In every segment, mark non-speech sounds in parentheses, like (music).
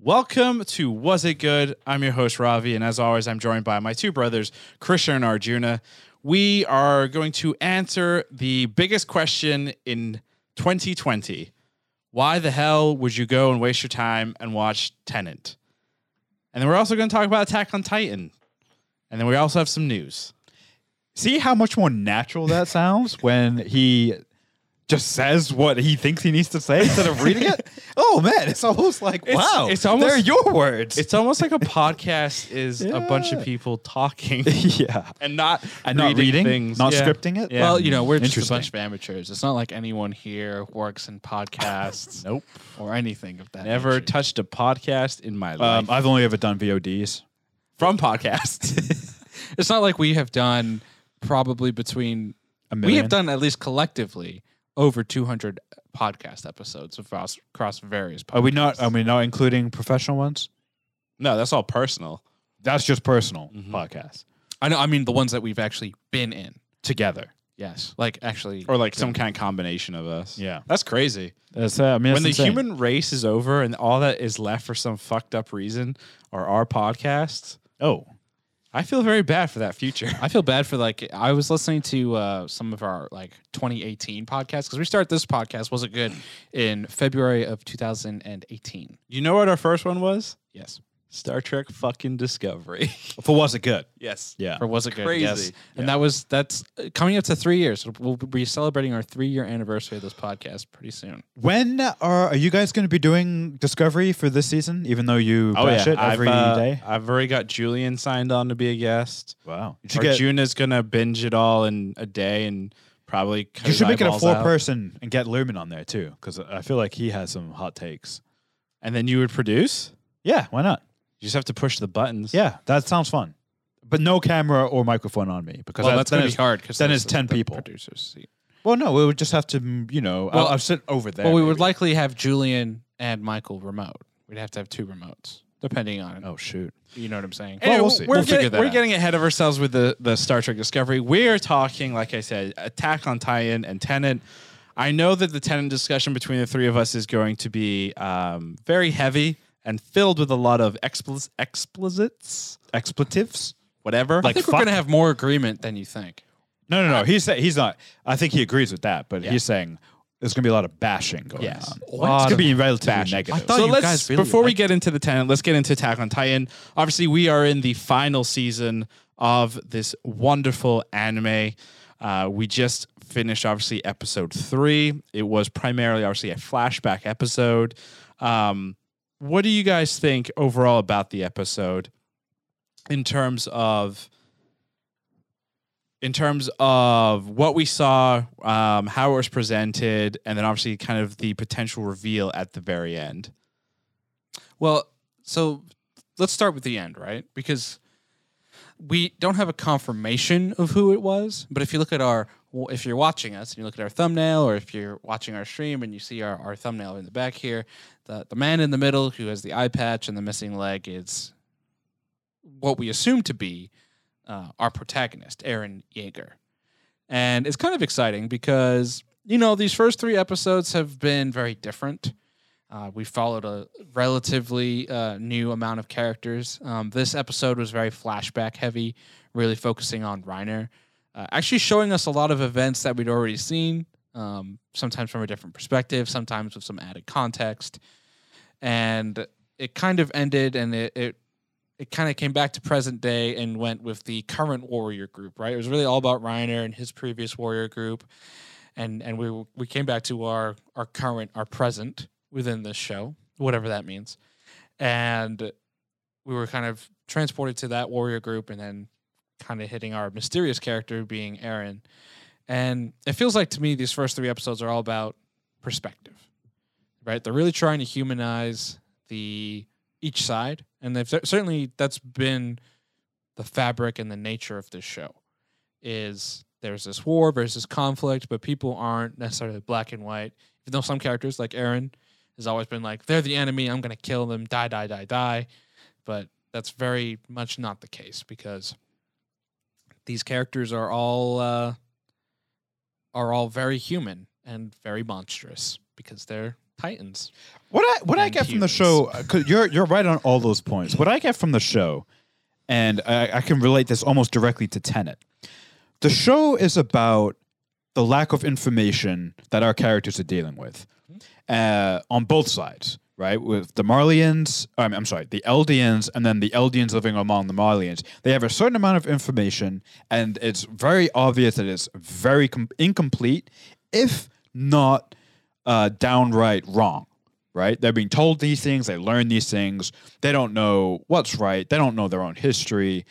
Welcome to Was It Good? I'm your host, Ravi, and as always, I'm joined by my two brothers, Krishna and Arjuna. We are going to answer the biggest question in 2020 Why the hell would you go and waste your time and watch Tenant? And then we're also going to talk about Attack on Titan. And then we also have some news. See how much more natural (laughs) that sounds when he just says what he thinks he needs to say instead of reading it? (laughs) Oh man, it's almost like It's- wow. it's almost- they're your words. It's almost (laughs) like a podcast is a bunch of Yeah. people (laughs) talking yeah. and not And not reading, things, not Yeah. scripting it. Yeah. Well, you know, we're just a Interesting. bunch of amateurs. It's not like anyone here works in podcasts Nope. or anything of that. Never nature. touched a podcast in my life. Um, I've only ever done VODs. From podcast. (laughs) It's not like we have done probably between A we million. have done at least collectively over 200 podcast episodes across across various. Podcasts. Are we not? Are we not including professional ones? no, that's all personal. That's just personal Mhm. podcasts I know. I mean, the ones that we've actually been in. together. Yes, like actually, Or like some kind of combination of us. Yeah. That's crazy. That's, uh, I mean, that's when the insane. human race is over and all that is left for some fucked up reason are our podcasts, oh I feel very bad for that (laughs) future. I feel bad for like I was listening to uh, some of our like 2018 podcasts because we started this podcast was it good in February of 2018. You know what our first one was? Yes, Star Trek fucking Discovery. (laughs) for was it good? yes. Yeah. (laughs) or was it good? Crazy. Yes. And that was that's uh, coming up to three years. We'll be celebrating our three year anniversary of this podcast pretty soon. When are are you guys going to be doing Discovery for this season? Even though you bash it every day. I've, uh, I've already got Julian signed on to be a guest. Wow. You should, get, you Arjuna's gonna binge it all in a day and probably. cut his should make it a eyeballs four out. person and get Lumen on there too, because I feel like he has some hot takes. And then you would produce. Yeah, why not? You just have to push the buttons. Yeah, that sounds fun. But no camera or microphone on me because Well, I- that's then gonna be it's- hard because then it's 10 people. Producers. seat. Well, no, we would just have to, mm, you know, Well- I'll, I'll sit over there. Well, we would maybe. likely have Julian and Michael remote. We'd have to have two remotes depending on Oh shoot! you know what I'm saying. Anyway, Well, we'll see. We're, We'll getting, figure that we're out. getting ahead of ourselves with the, the Star Trek Discovery. We're talking, like I said, Attack on Titan and Tenant. I know that the Tenant discussion between the three of us is going to be um, very heavy and filled with a lot of expli- explicits, Expletives? whatever. I think we're gonna have more agreement than you think. No, no, no. He's sa- he's not. I think he agrees with that, but Yeah. he's saying there's going to be a lot of bashing going Yes. on. A It's lot going to of be relatively bashing. negative. I thought so you let's guys really before we liked get into the tenant, let's get into Attack on Titan. Obviously, we are in the final season of this wonderful anime. Uh, we just finished obviously episode three. It was primarily obviously a flashback episode. Um, what do you guys think overall about the episode in terms of in terms of what we saw, um, how it was presented, and then obviously kind of the potential reveal at the very end? Well, so let's start with the end, right? Because we don't have a confirmation of who it was, but if you look at our if you're watching us and you look at our thumbnail or if you're watching our stream and you see our, our thumbnail in the back here, the, the man in the middle who has the eye patch and the missing leg is what we assume to be uh, our protagonist, Aaron Yeager. And it's kind of exciting because, you know, these first three episodes have been very different. Uh, we followed a relatively uh, new amount of characters. Um, this episode was very flashback heavy, really focusing on Reiner, uh, actually showing us a lot of events that we'd already seen, um, sometimes from a different perspective, sometimes with some added context. And it kind of ended and it, it it kind of came back to present day and went with the current warrior group, right? It was really all about Reiner and his previous warrior group, and and we we came back to our our current our present within this show, whatever that means, and we were kind of transported to that warrior group, and then kind of hitting our mysterious character being Aaron, and it feels like to me these first three episodes are all about perspective, right? They're really trying to humanize the each side, and they've cer- certainly that's been the fabric and the nature of this show. Is there's this war versus conflict, but people aren't necessarily black and white. Even though some characters like Aaron has always been like, they're the enemy, I'm gonna kill them, die, die, die, die. But that's very much not the case because these characters are all uh, are all very human and very monstrous because they're Titans. What I what I and get from the humans. show, uh, 'cause you're you're right on all those points. What I get from the show, and I, I can relate this almost directly to Tenet. The show is about the lack of information that our characters are dealing with uh, on both sides, right? With the Marlians, I'm, I'm sorry, the Eldians, and then the Eldians living among the Marlians. They have a certain amount of information, and it's very obvious that it's very com- incomplete, if not uh, downright wrong, right? They're being told these things, they learn these things, they don't know what's right, they don't know their own history.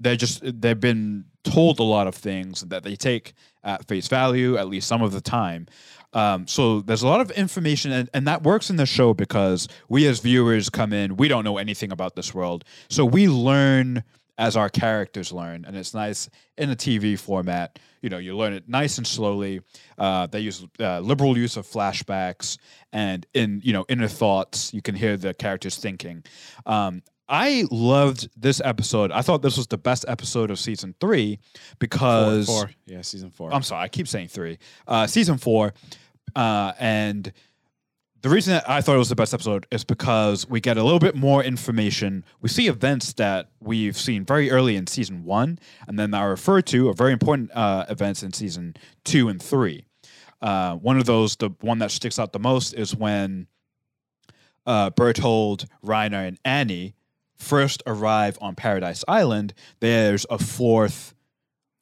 They're just, they've been told a lot of things that they take at face value, at least some of the time. Um, so there's a lot of information, and, and that works in the show because we as viewers come in, we don't know anything about this world. So we learn as our characters learn, and it's nice in a TV format. You know, you learn it nice and slowly. Uh, they use uh, liberal use of flashbacks and in you know inner thoughts. You can hear the characters thinking. Um, I loved this episode. I thought this was the best episode of season three because Yeah, season four. I'm sorry, I keep saying three. Uh, season four, uh, and the reason that I thought it was the best episode is because we get a little bit more information. We see events that we've seen very early in season one, and then are referred to are very important uh, events in season two and three. Uh, one of those, the one that sticks out the most, is when uh, Berthold, Reiner, and Annie first arrive on Paradise Island. There's a fourth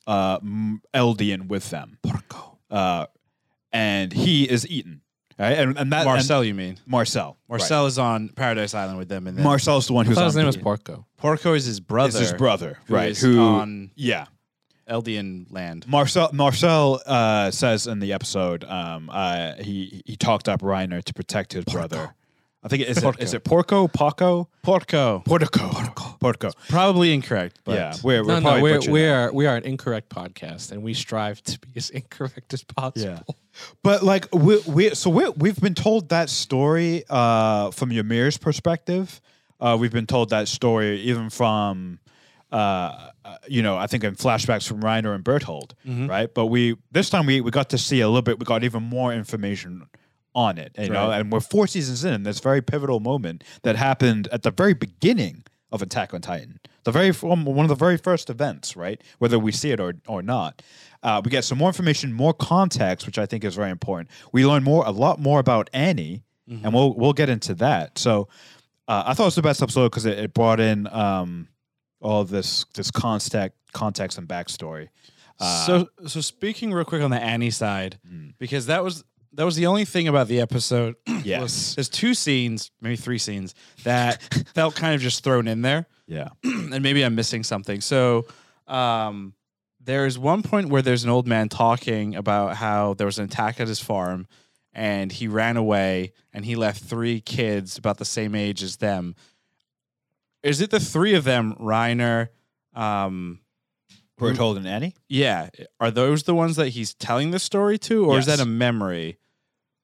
uh, m- Eldian with them, Porco, uh, and he is eaten. Right? And, and that and- Marcel, you mean? Marcel. Marcel is the one who's on Paradise Island with them, and Right. then Marcel's the one who's on the- Porco. Porco is his brother. is his brother, who right? is who on yeah. Eldian land. Marcel Marcel uh, says in the episode, um, uh, he he talked up Reiner to protect his brother. I think it is it, is it Porco, Paco, Porco, Portico, Porco, Porco. probably incorrect, but yeah, we're, we're No, probably no, we're, butchering we that. are we are an incorrect podcast, and we strive to be (laughs) as incorrect as possible. But like we we so we we've been told that story uh, from Ymir's perspective. Uh, we've been told that story even from uh, uh, you know I think in flashbacks from Reiner and Berthold, right? But we this time we we got to see a little bit. We got even more information on it, you know. And we're four seasons in, and this very pivotal moment that happened at the very beginning of Attack on Titan, the very one of the very first events, right? Whether we see it or or not, uh, we get some more information, more context, which I think is very important. We learn more, a lot more about Annie, and we'll we'll get into that. So, uh, I thought it was the best episode because it, it brought in um, all this this context, context and backstory. Uh, so so speaking real quick on the Annie side, because that was that was the only thing about the episode. was Yes. there's two scenes, maybe three scenes (laughs) that felt kind of just thrown in there, yeah, (clears throat) and maybe I'm missing something. So um, there is one point where there's an old man talking about how there was an attack at his farm, and he ran away, and he left three kids about the same age as them. Is it the three of them, Reiner? Um, Berthold and Annie. yeah. Are those the ones that he's telling the story to, or is Yes. that a memory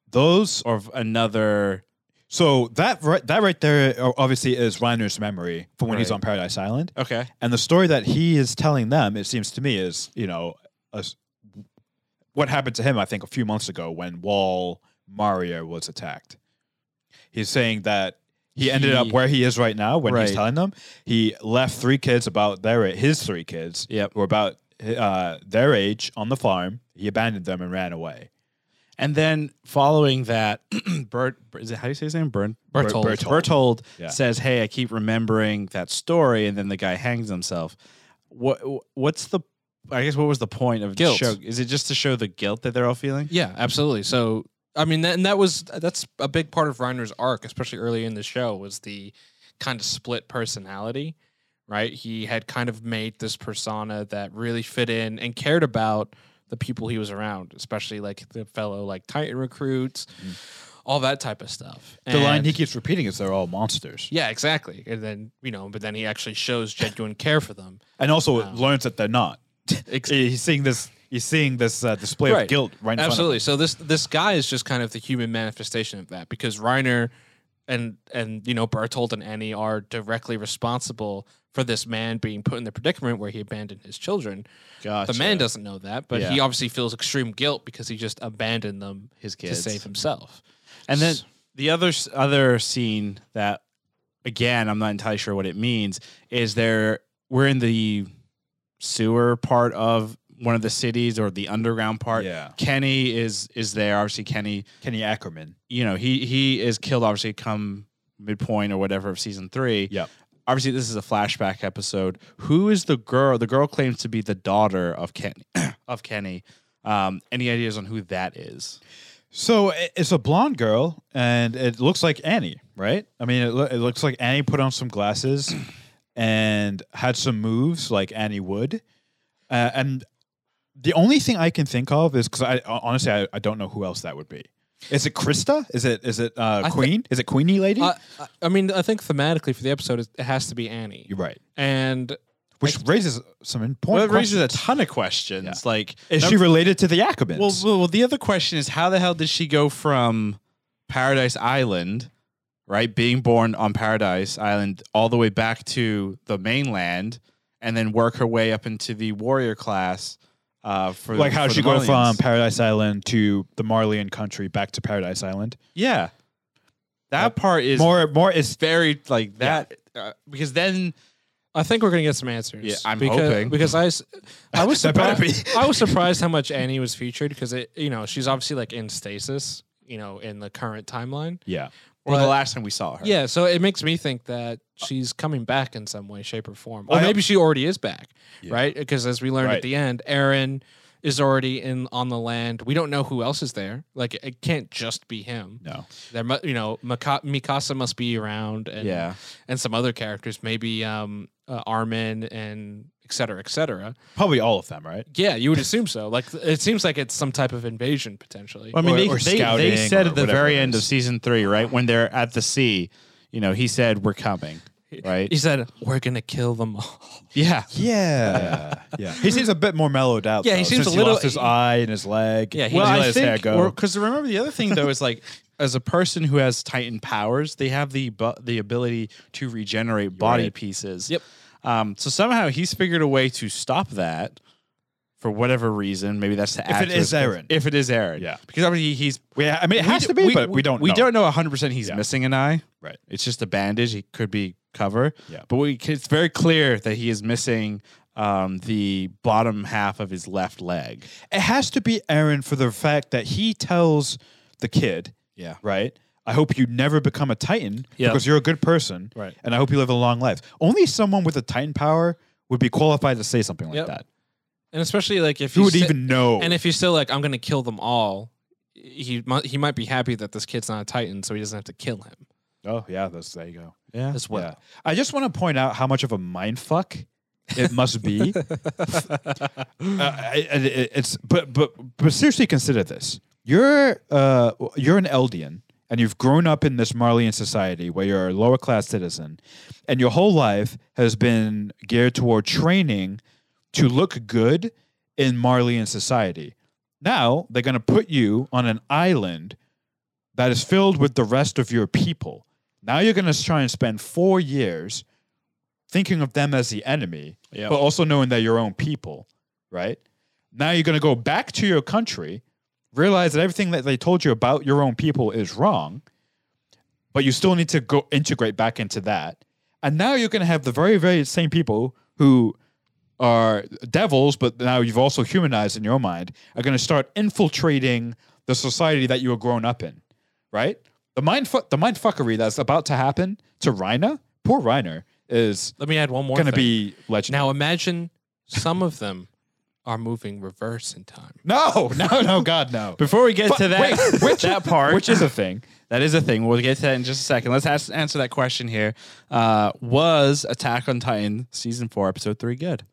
Those of another? So that right, that right there uh, obviously is Reiner's memory from when he's Right. on Paradise Island, Okay. and the story that he is telling them, it seems to me, is you know, a s- what happened to him. I think a few months ago when Wall Mario was attacked. He's saying that he ended up He- where he is right now when Right. he's telling them. He left three kids about their a- his three kids Yep. were about uh, their age on the farm. He abandoned them and ran away. And then following that, (clears throat) Bert is it how do you say his name? Bern Bertold. Bertold. Bertold Yeah. says, "Hey, I keep remembering that story," and then the guy hangs himself. What what's the I guess what was the point of Guilt. the show? Is it just to show the guilt that they're all feeling? Yeah, absolutely. So I mean, that, and that was that's a big part of Reiner's arc, especially early in the show, was the kind of split personality. Right, he had kind of made this persona that really fit in and cared about the people he was around, especially like the fellow like Titan recruits, all that type of stuff. Mm. The line And- he keeps repeating is "They're all monsters." yeah, exactly. And then you know, but then he actually shows genuine care for them. and also Wow. learns that they're not. Ex- he's seeing this. He's seeing this uh, display Right. of guilt right in Absolutely. So this this guy is just kind of the human manifestation of that because Reiner and and you know Bertold and Annie are directly responsible for this man being put in the predicament where he abandoned his children. Gotcha. The man doesn't know that, but he Yeah. obviously feels extreme guilt because he just abandoned them His to kids. save himself. And then the other s- other scene that again I'm not entirely sure what it means is there we're in the sewer part of one of the cities or the underground part. Yeah. Kenny is is there. Obviously Kenny, Kenny Ackerman. you know, he he is killed obviously come midpoint or whatever of season 3. Yep. Obviously this is a flashback episode. Who is the girl? The girl claims to be the daughter of Kenny (clears throat) of Kenny. Um, any ideas on who that is? So i- it's a blonde girl, and it looks like Annie, right? I mean, it, lo- it looks like Annie put on some glasses (clears throat) and had some moves like Annie would. Uh, and the only thing I can think of is because I hon- honestly I, I don't know who else that would be. Is it Krista? Is it is it uh, thi- Queen? is it Queenie Lady? Uh, I- I mean, I think thematically for the episode, it has to be Annie. You're right. And Which raises some Well, it important. raises questions. a ton of questions. Like, Is she related to the Ackermans? well, well, well, the other question is how the hell did she go from Paradise Island, right, being born on Paradise Island, all the way back to the mainland, and then work her way up into the warrior class? Uh, for like how for did she the go from Marlians? Paradise Island to the Marlian country back to Paradise Island? yeah, that part is More more is very like that uh, because then I think we're gonna get some answers. Yeah, I'm because, hoping. because I, s- (laughs) I was That better surprised. I was surprised how much Annie was featured because it, you know, she's obviously like in stasis, you know, in the current timeline. (laughs) yeah. or the But- last time we saw her, Yeah, so it makes me think that she's coming back in some way, shape, or form, or I- maybe she already is back, right? Because as we learned Right. at the end, Aaron is already in on the land. We don't know who else is there. Like it- it can't just be him. No. There, mu- you know, Mika- Mikasa must be around, and yeah, and some other characters, maybe um, uh, Armin and et cetera, et cetera. Probably all of them, right? Yeah, you would assume so. Like it seems like it's some type of invasion potentially. Well, I mean, they, Or- or they- they scouting said or at the whatever very it end of is. season three, right when they're at the sea, you know, he said, "We're coming." Right? he said, "We're gonna kill them all." Yeah, Yeah, yeah. He seems a bit more mellowed out. Yeah, though, he seems since a little- lost his eye and his leg. (laughs) Yeah, he- he well, let I his hair think go. because remember the other thing though is like as a person who has Titan powers, they have the bu- the ability to regenerate body right. pieces. (laughs) Yep. Um, so somehow he's figured a way to stop that for whatever reason. Maybe that's to If it is Aaron. If it is Aaron, Yeah. because obviously he's yeah, I mean, it we has d- to be, but we don't. We know. don't know 100 percent he's Yeah. missing an eye. Right. It's just a bandage. It could be cover. Yeah. But we, c- it's very clear that he is missing um, the bottom half of his left leg. It has to be Aaron for the fact that he tells the kid, Yeah. right? I hope you never become a Titan Yeah. because you're a good person, Right. And I hope you live a long life. Only someone with a Titan power would be qualified to say something like Yep. that. And especially like if Who you would sa- even know? and if you're still like, "I'm gonna kill them all," he mu- he might be happy that this kid's not a Titan, so he doesn't have to kill him oh yeah, that's, there you go. Yeah. as well. Yeah. I just want to point out how much of a mind fuck it must be. uh, I- I- it- it's but but but seriously consider this. You're uh you're an Eldian and you've grown up in this Marlian society where you're a lower class citizen and your whole life has been geared toward training to look good in Marlian society. Now they're going to put you on an island that is filled with the rest of your people. Now you're going to try and spend four years thinking of them as the enemy, Yep. but also knowing they're your own people, right? Now you're going to go back to your country, realize that everything that they told you about your own people is wrong, but you still need to go integrate back into that. And now you're going to have the very, very same people who are devils, but now you've also humanized in your mind, are going to start infiltrating the society that you were grown up in, right? The mind, fu- the mind fuckery that's about to happen to Reiner, poor Reiner, is Let me add one more. going to thing. be legendary. now. Imagine some of them are moving reverse in time. no, (laughs) no, no, God, no. (laughs) Before we get to that, Wait, which, that part, which is a thing. that is a thing. We'll get to that in just a second. Let's ask, answer that question here. Uh, was Attack on Titan season four, episode three, good?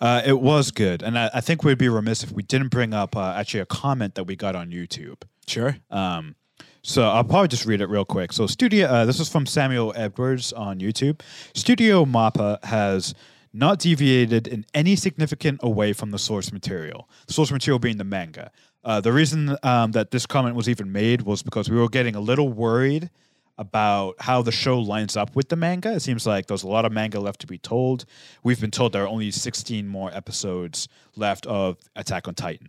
Uh, it was good, and I, I think we'd be remiss if we didn't bring up uh, actually a comment that we got on YouTube. Sure. Um, so I'll probably just read it real quick. So studio, uh, this is from Samuel Edwards on YouTube. Studio Mappa has not deviated in any significant away from the source material. The source material being the manga. Uh, the reason um, that this comment was even made was because we were getting a little worried about how the show lines up with the manga. It seems like there's a lot of manga left to be told. We've been told there are only 16 more episodes left of Attack on Titan.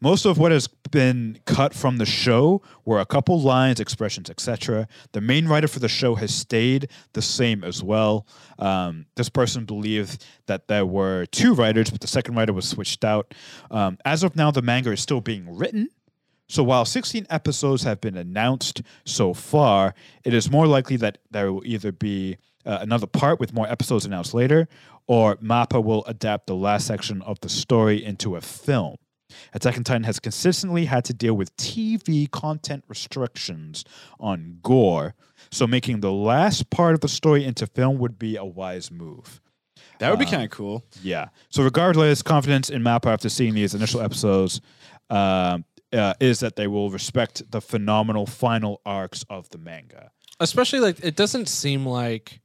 Most of what has been cut from the show were a couple lines, expressions, etc. The main writer for the show has stayed the same as well. Um, this person believed that there were two writers, but the second writer was switched out. Um, as of now, the manga is still being written. So while 16 episodes have been announced so far, it is more likely that there will either be uh, another part with more episodes announced later, or MAPPA will adapt the last section of the story into a film. Attack on Titan has consistently had to deal with TV content restrictions on gore, so making the last part of the story into film would be a wise move. That would be kind of cool. Yeah. So regardless, confidence in Mappa after seeing these initial episodes um, uh, is that they will respect the phenomenal final arcs of the manga. especially like it doesn't seem like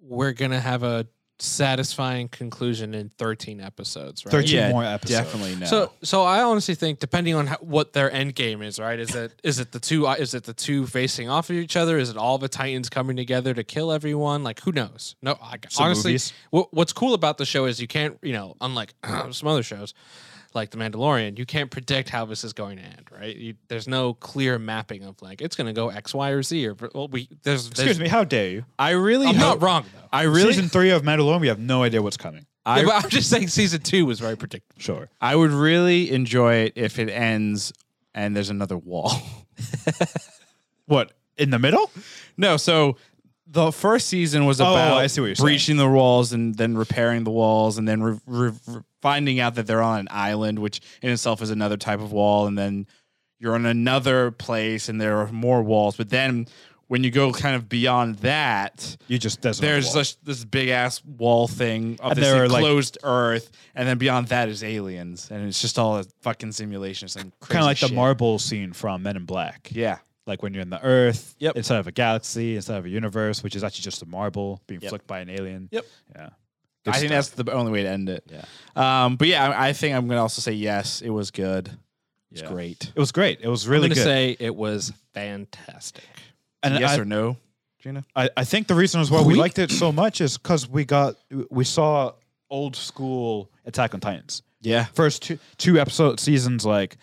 we're gonna have a satisfying conclusion in 13 episodes right 13 Yeah, more episodes. Definitely no. so so i honestly think depending on how, what their end game is right is it is it the two uh, is it the two facing off of each other is it all the titans coming together to kill everyone like who knows no I, Some honestly movies. what, what's cool about the show is you can't you know unlike (clears throat) some other shows like the mandalorian you can't predict how this is going to end right you, there's no clear mapping of like it's going to go x y or z or well, we there's, there's Excuse me, how dare you? I really I'm (laughs) hope. not wrong though. I really, Season three of Mandalorian, we have no idea what's coming. I, yeah, (laughs) but I'm just saying season two was very predictable. Sure. I would really enjoy it if it ends and there's another wall. (laughs) What? In the middle? no, so the first season was about Oh, I see what you're saying. breaching the walls and then repairing the walls and then re- re- re- finding out that they're on an island, which in itself is another type of wall. And then you're on another place and there are more walls. But then when you go kind of beyond that, You just there's another there's wall. this, this big ass wall thing of And this there are, like- enclosed Earth, and then beyond that is aliens, and it's just all a fucking simulation. Some kind of like the Marvel. marble scene from Men in Black. Yeah, Like when you're in the Earth, Yep. instead of a galaxy, instead of a universe, which is actually just a marble being Yep. flicked by an alien. Yep. Yeah. I think that's stuff. the only way to end it. Yeah. Um, but yeah, I, I think I'm gonna also say yes. It was good. It's Yeah. great. It was great. It was really I'm gonna good. say it was fantastic. and yes I, or no, Gina? I, I think the reason is why we We- liked it so much is because we got we saw old school Attack on Titans. Yeah. First two two episode seasons, like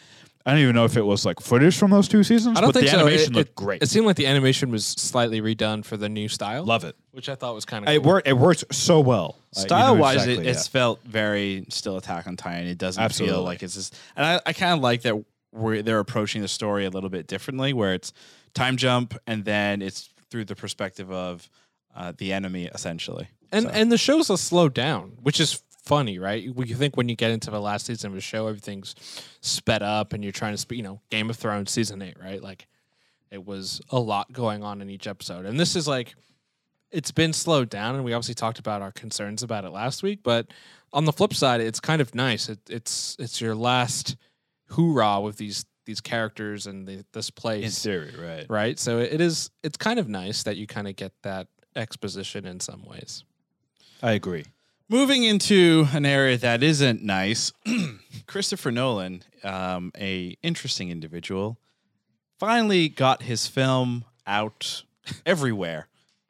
I don't even know if it was like footage from those two seasons, I don't but think the so. animation it, looked it- great. It seemed like the animation was slightly redone for the new style, Love it. which I thought was kind of It worked. It worked so well. Like, you know Style wise, exactly, it, yeah. it's felt very still Attack on Titan. It doesn't Absolutely. feel like it's just, and I, I kind of like that we're, they're approaching the story a little bit differently, where it's time jump and then it's through the perspective of uh, the enemy, essentially. and and the show's a slow down, which is funny, right? We- You think when you get into the last season of a show, everything's sped up, and you're trying to speak. You know, Game of Thrones season eight, right? Like it was a lot going on in each episode, and this is like it's been slowed down, and we obviously talked about our concerns about it last week. But on the flip side, it's kind of nice. It, it's it's your last hoorah with these these characters and the, this place in theory, right? right? So it is. It's kind of nice that you kind of get that exposition in some ways. I agree. Moving into an area that isn't nice, (clears throat) Christopher Nolan, um, a interesting individual, finally got his film out (laughs) everywhere,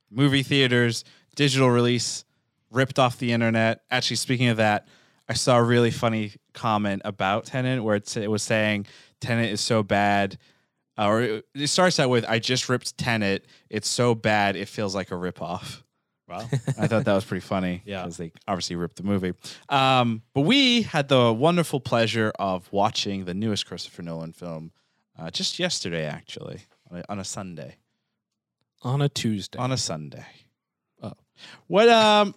movie theaters, digital release, ripped off the internet. Actually, speaking of that, I saw a really funny comment about Tenant where it's, it was saying Tenant is so bad. uh, Or it it starts out with, I just ripped Tenet. It's so bad, it feels like a ripoff. Wow. I thought that was pretty funny. (laughs) Yeah. Because they obviously ripped the movie. Um, but we had the wonderful pleasure of watching the newest Christopher Nolan film uh, just yesterday, actually, on a, on a Sunday. On a Tuesday, On a Sunday. Oh. What, um,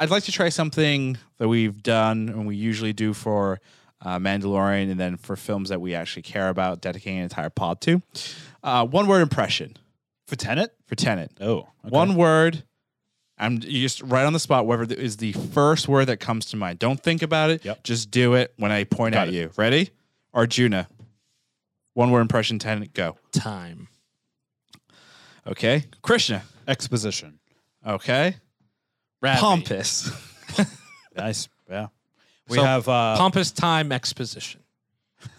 I'd like to try something that we've done and we usually do for uh, Mandalorian and then for films that we actually care about, dedicating an entire pod to. Uh, one word impression For Tenet? for Tenet. Oh, okay. One word. I'm you just right on the spot. Whatever th- is the first word that comes to mind. Don't think about it. Yep. Just do it when I point Got at it. you. Ready? Arjuna. One word impression. Ten. Go. time. Okay. Krishna. exposition. Okay. (laughs) Ravi. Pompous. Nice. Yeah. We So, have uh, Pompous time exposition.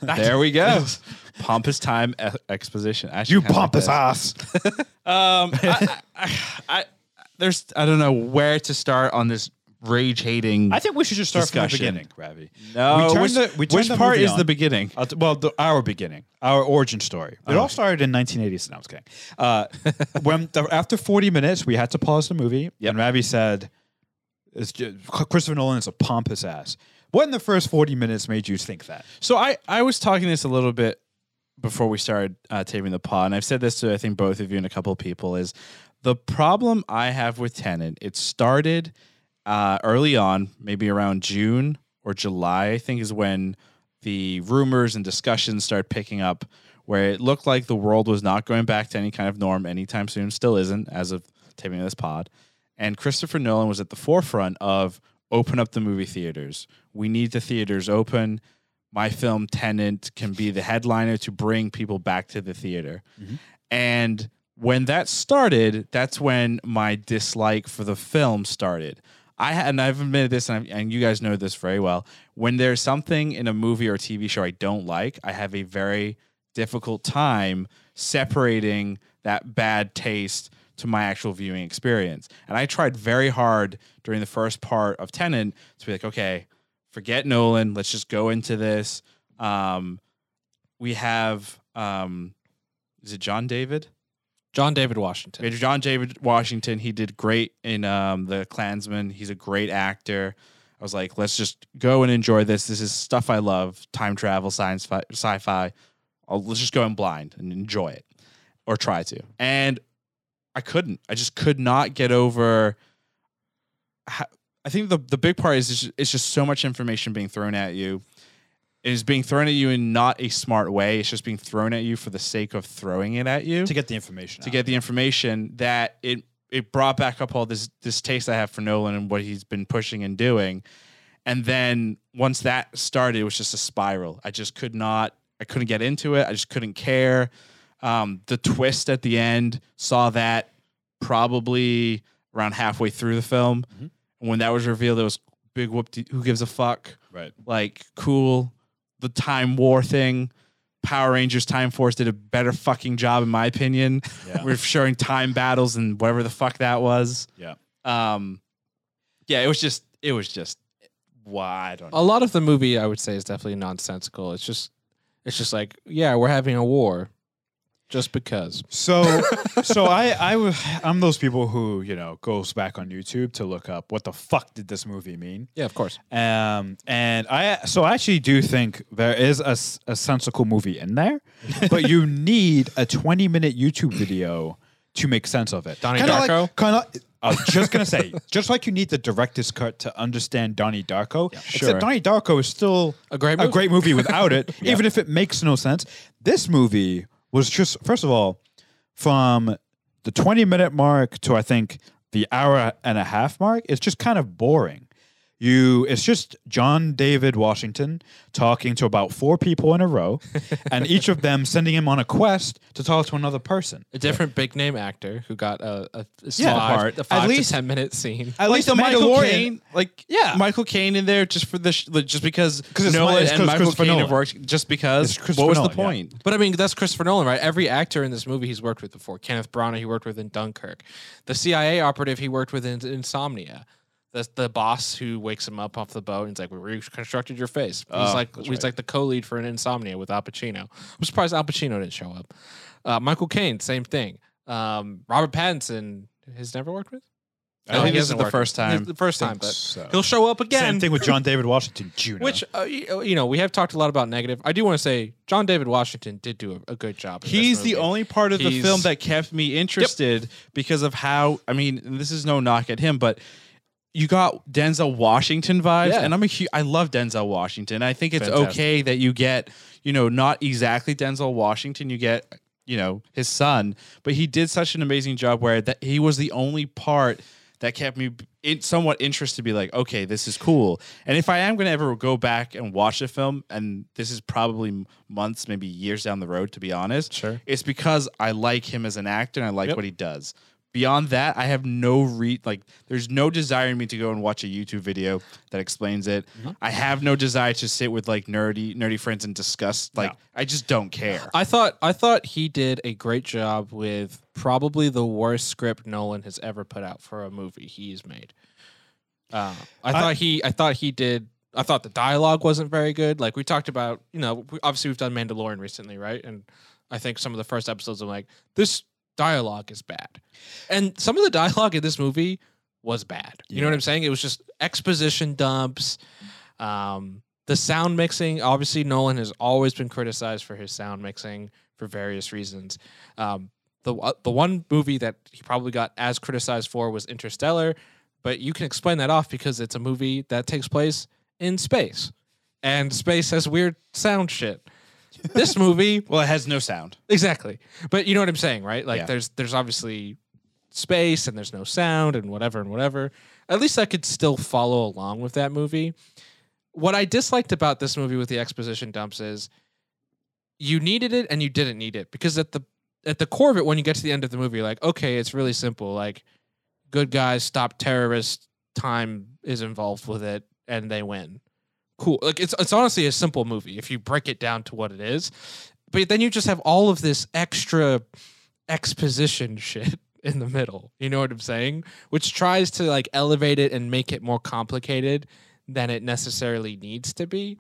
there we go. (laughs) pompous time e- exposition. Actually, you kinda like pompous that. ass. Um, I, I, I, I- there's I don't know where to start on this rage hating. I think we should just start Discussion. from the beginning, Ravi. no, we turned Oh, which, the- we turned which the part movie is on. the beginning? Uh, well, the, our beginning, our origin story. It all started in 1980s. No, I was kidding. Uh, (laughs) when the, after 40 minutes, we had to pause the movie, and Ravi said, it's ju- "Christopher Nolan is a pompous ass." What in the first 40 minutes made you think that? So I, I was talking this a little bit before we started uh, taping the pod, and I've said this to I think both of you and a couple of people is the problem I have with Tenant. It started uh, early on, maybe around June or July. I think is when the rumors and discussions started picking up, where it looked like the world was not going back to any kind of norm anytime soon. Still isn't as of taping this pod. And Christopher Nolan was at the forefront of open up the movie theaters. We need the theaters open my film Tenant can be the headliner to bring people back to the theater. And when that started, that's when my dislike for the film started. I ha- and I've admitted this, and, i and you guys know this very well. When there's something in a movie or a TV show I don't like, I have a very difficult time separating that bad taste to my actual viewing experience. And I tried very hard during the first part of Tenant to be like, okay, forget Nolan. Let's just go into this. Um, we have um, is it John David? John David Washington. Major John David Washington. He did great in um, the Klansman. He's a great actor. I was like, let's just go and enjoy this. This is stuff I love: time travel, science, fi- sci-fi. I'll, let's just go in blind and enjoy it, or try to. And I couldn't. I just could not get over. ho- I think the the big part is it's just, it's just so much information being thrown at you. It is being thrown at you in not a smart way. It's just being thrown at you for the sake of throwing it at you To get the information. to get the information that it it brought back up all this this taste I have for Nolan and what he's been pushing and doing. And then once that started, it was just a spiral. I just could not I couldn't get into it. I just couldn't care. Um, the twist at the end saw that probably around halfway through the film. Mhm. And when that was revealed, it was big whoop de- who gives a fuck right. like cool the time war thing power rangers time force did a better fucking job in my opinion (laughs) Yeah. we're showing time battles and whatever the fuck that was Yeah. um yeah it was just it was just why i don't know A lot of the movie, I would say, is definitely nonsensical. It's just, it's just like, yeah, we're having a war, just because. (laughs) So, so I, I, w- I'm those people who you know goes back on YouTube to look up what the fuck did this movie mean. Yeah, of course. Um, and I so I actually do think there is a, s- a sensical movie in there, but (laughs) you need a 20 minute YouTube video to make sense of it. Donnie Kinda like- Darko? kinda, I was just gonna say, just like you need the director's cut to understand Donnie Darko, sure. except Donnie Darko is still A great a movie. great movie without it, even if it makes no sense. This movie was just first of all from the 20 minute mark to I think the hour and a half mark, it's just kind of boring. You it's just John David Washington talking to about four people in a row and each of them sending him on a quest to talk to another person. A different big name actor who got a, a, a small Yeah. part, Part. a five to At least- ten minute scene. At like the Michael Caine, like Yeah. Michael Caine in there just for the sh- like, just because 'Cause it's Nolan Mi- it's and 'cause Michael Christopher Caine Nolan. have worked just because. It's Christopher What was the Nolan, yeah. point? But I mean, that's Christopher Nolan, right? Every actor in this movie he's worked with before. Kenneth Branagh he worked with in Dunkirk, the CIA operative he worked with in Insomnia, the the boss who wakes him up off the boat and he's like, "We reconstructed your face." He's Oh, like, he's like the co-lead for an Insomnia with Al Pacino. I'm surprised Al Pacino didn't show up. Uh, Michael Caine, same thing. Um, Robert Pattinson has never worked with. I think this is hasn't the worked first with- time. The first time, but So. he'll show up again. Same thing with John David Washington Jr. Which uh, y- you know we have talked a lot about negative. I do want to say John David Washington did do a, a good job. in this He's the movie. only part of the He's- film that kept me interested because of how I mean, and this is no knock at him, but you got Denzel Washington vibes, Yeah. and I'm a hu- I love Denzel Washington. I think it's Fantastic. okay that you get you know not exactly Denzel Washington, you get you know his son, but he did such an amazing job where that he was the only part that kept me in somewhat interested to be like okay this is cool and if i am going to ever go back and watch a film and this is probably m- months maybe years down the road to be honest Sure. it's because I like him as an actor and I like Yep. what he does. Beyond that, I have no re like there's no desire in me to go and watch a YouTube video that explains it. I have no desire to sit with like nerdy nerdy friends and discuss like No. I just don't care. I thought I thought he did a great job with probably the worst script Nolan has ever put out for a movie he's made. Uh, I thought he, I thought he did. I thought the dialogue wasn't very good. Like we talked about, you know, we, obviously we've done Mandalorian recently, right? And I think some of the first episodes, I'm like, this dialogue is bad, and some of the dialogue in this movie was bad. You know what I'm saying? It was just exposition dumps. Um, the sound mixing, obviously, Nolan has always been criticized for his sound mixing for various reasons. Um, the uh, the one movie that he probably got as criticized for was Interstellar, but you can explain that off because it's a movie that takes place in space, and space has weird sound shit. This movie Well, it has no sound. Exactly. But you know what I'm saying, right? Like Yeah. there's there's obviously space and there's no sound and whatever and whatever. At least I could still follow along with that movie. What I disliked about this movie with the exposition dumps is you needed it and you didn't need it because at the at the core of it when you get to the end of the movie you're like okay, it's really simple. Like good guys stop terrorists, time is involved with it and they win. Cool. Like it's it's honestly a simple movie if you break it down to what it is but then you just have all of this extra exposition (laughs) shit in the middle. You know what I'm saying? Which tries to like elevate it and make it more complicated than it necessarily needs to be.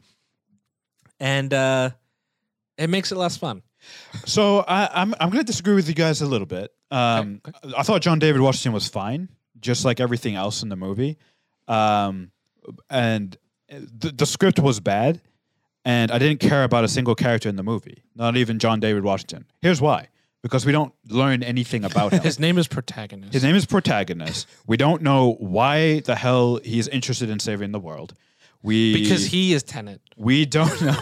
And uh it makes it less fun. So I, I'm I'm going to disagree with you guys a little bit. Um, I thought John David Washington was fine, just like everything else in the movie, um, and the, the script was bad, and I didn't care about a single character in the movie, not even John David Washington. Here's why: because we don't learn anything about him. (laughs) His name is protagonist. His name is Protagonist. We don't know why the hell he's interested in saving the world. We because he is tenant. we don't know.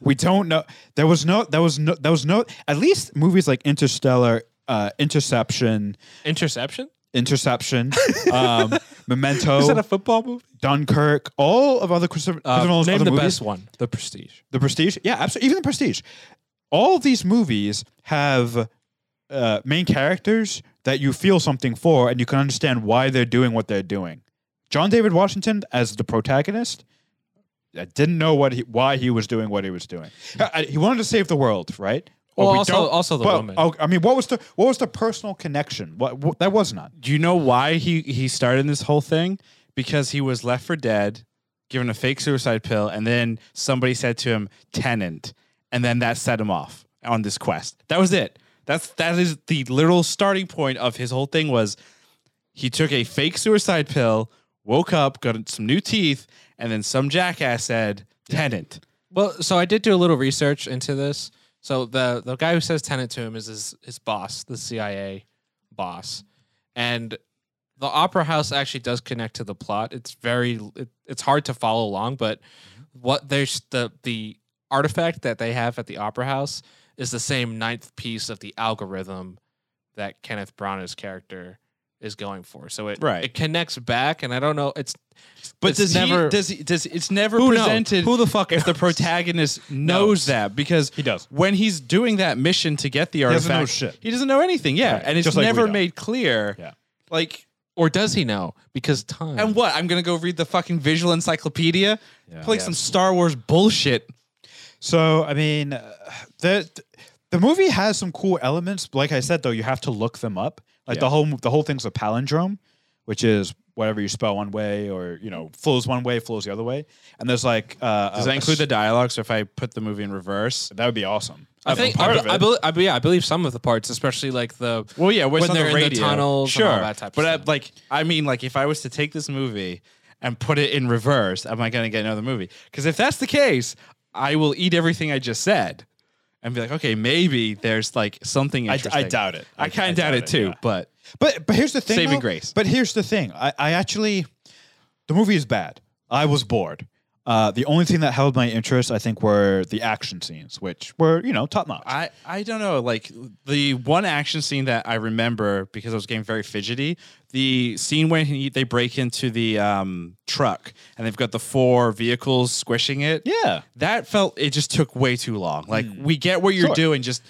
we don't know. There was no. There was no. There was no. At least movies like Interstellar, uh, Interception, Interception? (laughs) Interception, um, Memento, Is that a football movie? Dunkirk, all of other Christopher, Christopher Nolan's Uh, name other the movies, best one. The Prestige. The Prestige. Yeah, absolutely. Even The Prestige. All these movies have uh, main characters that you feel something for, and you can understand why they're doing what they're doing. John David Washington as the protagonist. I didn't know what he, why he was doing what he was doing. I- I- he wanted to save the world, right? Well, we also- don't- also the but, woman. oh, I mean, what was the what was the personal connection? What, what that was not. Do you know why he he started this whole thing? Because he was left for dead, given a fake suicide pill, and then somebody said to him, "Tenant," and then that set him off on this quest. That was it. That's that is the literal starting point of his whole thing. Was he took a fake suicide pill, woke up, got some new teeth, and then some jackass said, "Tenant." Well, so I did do a little research into this. So the the guy who says tenant to him is his, his boss, the CIA boss, and the opera house actually does connect to the plot. It's very it, it's hard to follow along, but Mm-hmm. what there's the the artifact that they have at the opera house is the same ninth piece of the algorithm that Kenneth Branagh's character is going for. So it Right. it connects back, and I don't know. It's But it's does never- he does he does it's never Who knows? presented Who the fuck if the knows? protagonist knows, Knows. that because he does. when he's doing that mission to get the doesn't artifact know shit. he doesn't know anything yeah Right. and it's Just like we never don't. made clear Yeah. like or does he know? Because time and what I'm gonna go read the fucking visual encyclopedia Yeah. play some Star Wars bullshit So I mean, uh, the the movie has some cool elements. Like I said, though, you have to look them up. Like the Yeah. whole the whole thing's a palindrome, which is whatever you spell one way, or you know, flows one way, flows the other way. And there's like, uh, does a- that include the dialogue so if I put the movie in reverse That would be awesome. I think I, part be- of I, it. believe, I, be- yeah, I believe some of the parts, especially like the well yeah when when on they're the in the radio tunnels and sure all that type of but I, stuff. like I mean like if I was to take this movie and put it in reverse am I gonna get another movie because if that's the case I will eat everything I just said and be like okay maybe there's like something I, interesting I doubt it. I kind of doubt, it too yeah. but But but here's the thing. Saving though. grace. But here's the thing. I, I actually, the movie is bad. I was bored. Uh, the only thing that held my interest, I think, were the action scenes, which were you know top notch. I, I don't know. Like the one action scene that I remember because I was getting very fidgety. The scene when he, they break into the um, truck and they've got the four vehicles squishing it. yeah. That felt it just took way too long. Like we get what you're Mm. Sure. doing, just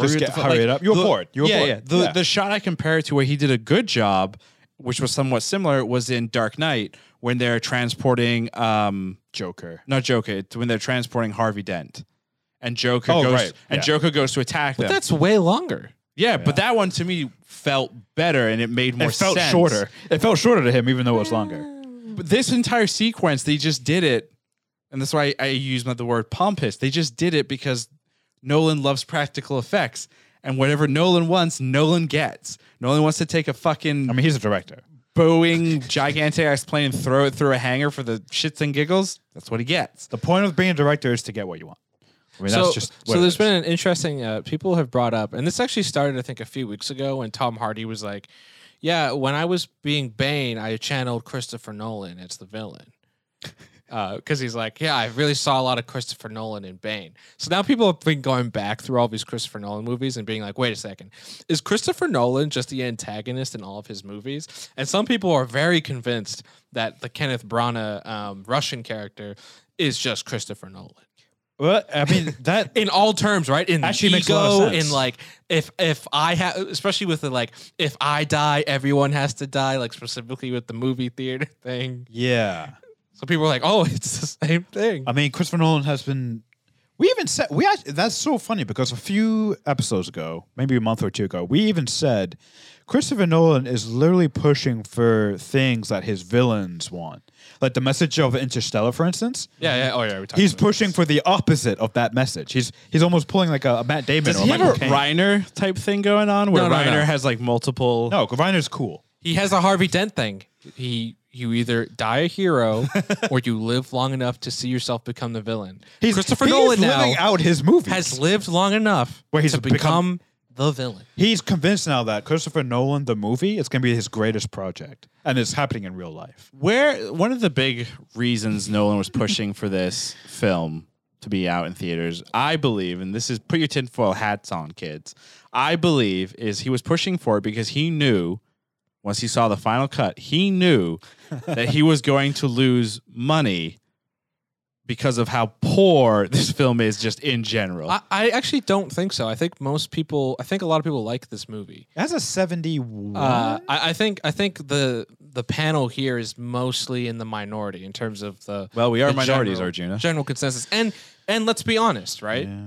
Just the get- fuck- hurry it up. You were the- bored. You were yeah, bored. Yeah. The Yeah. the shot I compared to where he did a good job, which was somewhat similar, was in Dark Knight when they're transporting um, Joker. not Joker. It's when they're transporting Harvey Dent, and Joker Oh, goes right, and yeah. Joker goes to attack them. that's way longer. Yeah, but that one to me felt better and it made more It felt sense. shorter. It felt shorter to him, even though it was longer. But this entire sequence, they just did it, and that's why I use my- the word pompous. They just did it because Nolan loves practical effects, and whatever Nolan wants, Nolan gets. Nolan wants to take a fucking I mean, he's a director. Boeing gigantic ass plane and throw it through a hangar for the shits and giggles. That's what he gets. The point of being a director is to get what you want. I mean, so, that's just what so it there's is. been an interesting uh, people have brought up and this actually started i think a few weeks ago when tom hardy was like yeah when i was being bane i channeled christopher nolan as (laughs) the villain because he's like yeah i really saw a lot of christopher nolan in bane so now people have been going back through all these christopher nolan movies and being like wait a second is christopher nolan just the antagonist in all of his movies and some people are very convinced that the kenneth branagh um, russian character is just christopher nolan Well, I mean that. (laughs) in all terms, right? In Actually ego, makes a lot of sense. in like if if I have, especially with the like if I die, everyone has to die. Like specifically with the movie theater (laughs) thing, yeah. so people are like, oh, (laughs) it's the same thing. I mean, Christopher Nolan has been. We even said we. act- That's so funny because a few episodes ago, maybe a month or two ago, we even said Christopher Nolan is literally pushing for things that his villains want, like the message of Interstellar, for instance. yeah, yeah. Oh yeah, we talked He's about this. pushing for the opposite of that message. He's he's almost pulling like a, a Matt Damon Does or a he have Michael a Caine. Reiner type thing going on where No, no, Reiner no. has like multiple? No, Reiner's cool. He has a Harvey Dent thing. He you either die (laughs) a hero or you live long enough to see yourself become the villain. He's Christopher he's Nolan living now out his movies. has lived long enough Where he's to become- become, the villain. he's convinced now that Christopher Nolan, the movie, is going to be his greatest project, and it's happening in real life. Where one of the big reasons Nolan was pushing for this film to be out in theaters, I believe, and this is put your tinfoil hats on, kids. I believe is he was pushing for it because he knew once he saw the final cut, he (laughs) knew that he was going to lose money because of how poor this film is just in general. I, I actually don't think so. I think most people, I think a lot of people like this movie. It has a seventy-one. Uh, I, I think I think the the panel here is mostly in the minority in terms of the well, we are the minorities, general, Arjuna. general consensus. And and let's be honest, right? Yeah.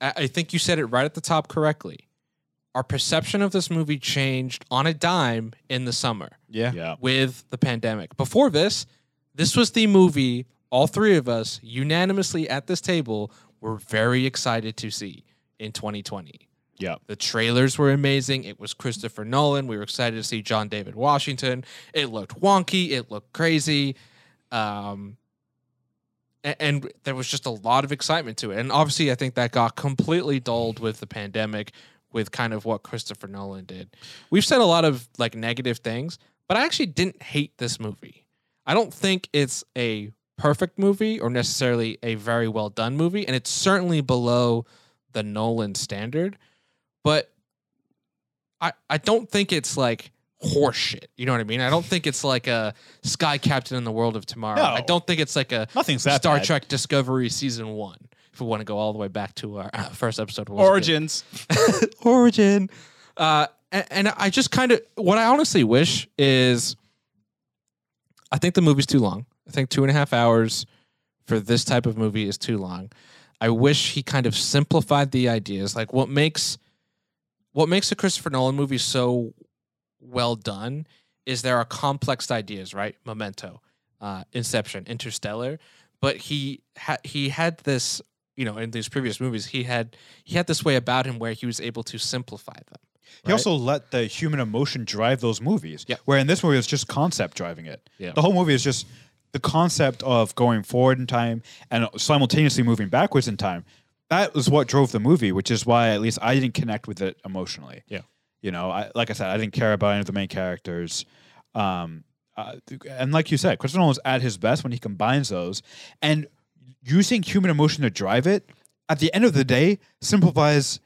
I, I think you said it right at the top correctly. Our perception of this movie changed on a dime in the summer Yeah. Yeah. with the pandemic. Before this, this was the movie all three of us unanimously at this table were very excited to see in 2020. Yeah. The trailers were amazing. It was Christopher Nolan. We were excited to see John David Washington. It looked wonky. It looked crazy. Um, a- and, there was just a lot of excitement to it. And obviously, I think that got completely dulled with the pandemic, with kind of what Christopher Nolan did. We've said a lot of like negative things, but I actually didn't hate this movie. I don't think it's a perfect movie or necessarily a very well done movie. And it's certainly below the Nolan standard but I I don't think it's like horseshit. You know what I mean? I don't think it's like a Sky Captain in the World of Tomorrow. No. I don't think it's like a Nothing's that Star bad. Trek Discovery season one. If we want to go all the way back to our uh, first episode, what was it? Origins. origin. Uh, and, and I just kind of what I honestly wish is, I think the movie's too long. I think two and a half hours for this type of movie is too long. I wish he kind of simplified the ideas. Like what makes what makes a Christopher Nolan movie so well done is there are complex ideas, right? Memento, uh, Inception, Interstellar, but he ha- he had this, you know, in these previous movies, he had he had this way about him where he was able to simplify them. He also let the human emotion drive those movies. Yeah. Where in this movie it's just concept driving it. Yeah. The whole movie is just the concept of going forward in time and simultaneously moving backwards in time. That was what drove the movie, which is why at least I didn't connect with it emotionally. Yeah. You know, I, like I said, I didn't care about any of the main characters. Um, uh, and like you said, Christopher Nolan's at his best when he combines those and using human emotion to drive it. At the end of the day, simplifies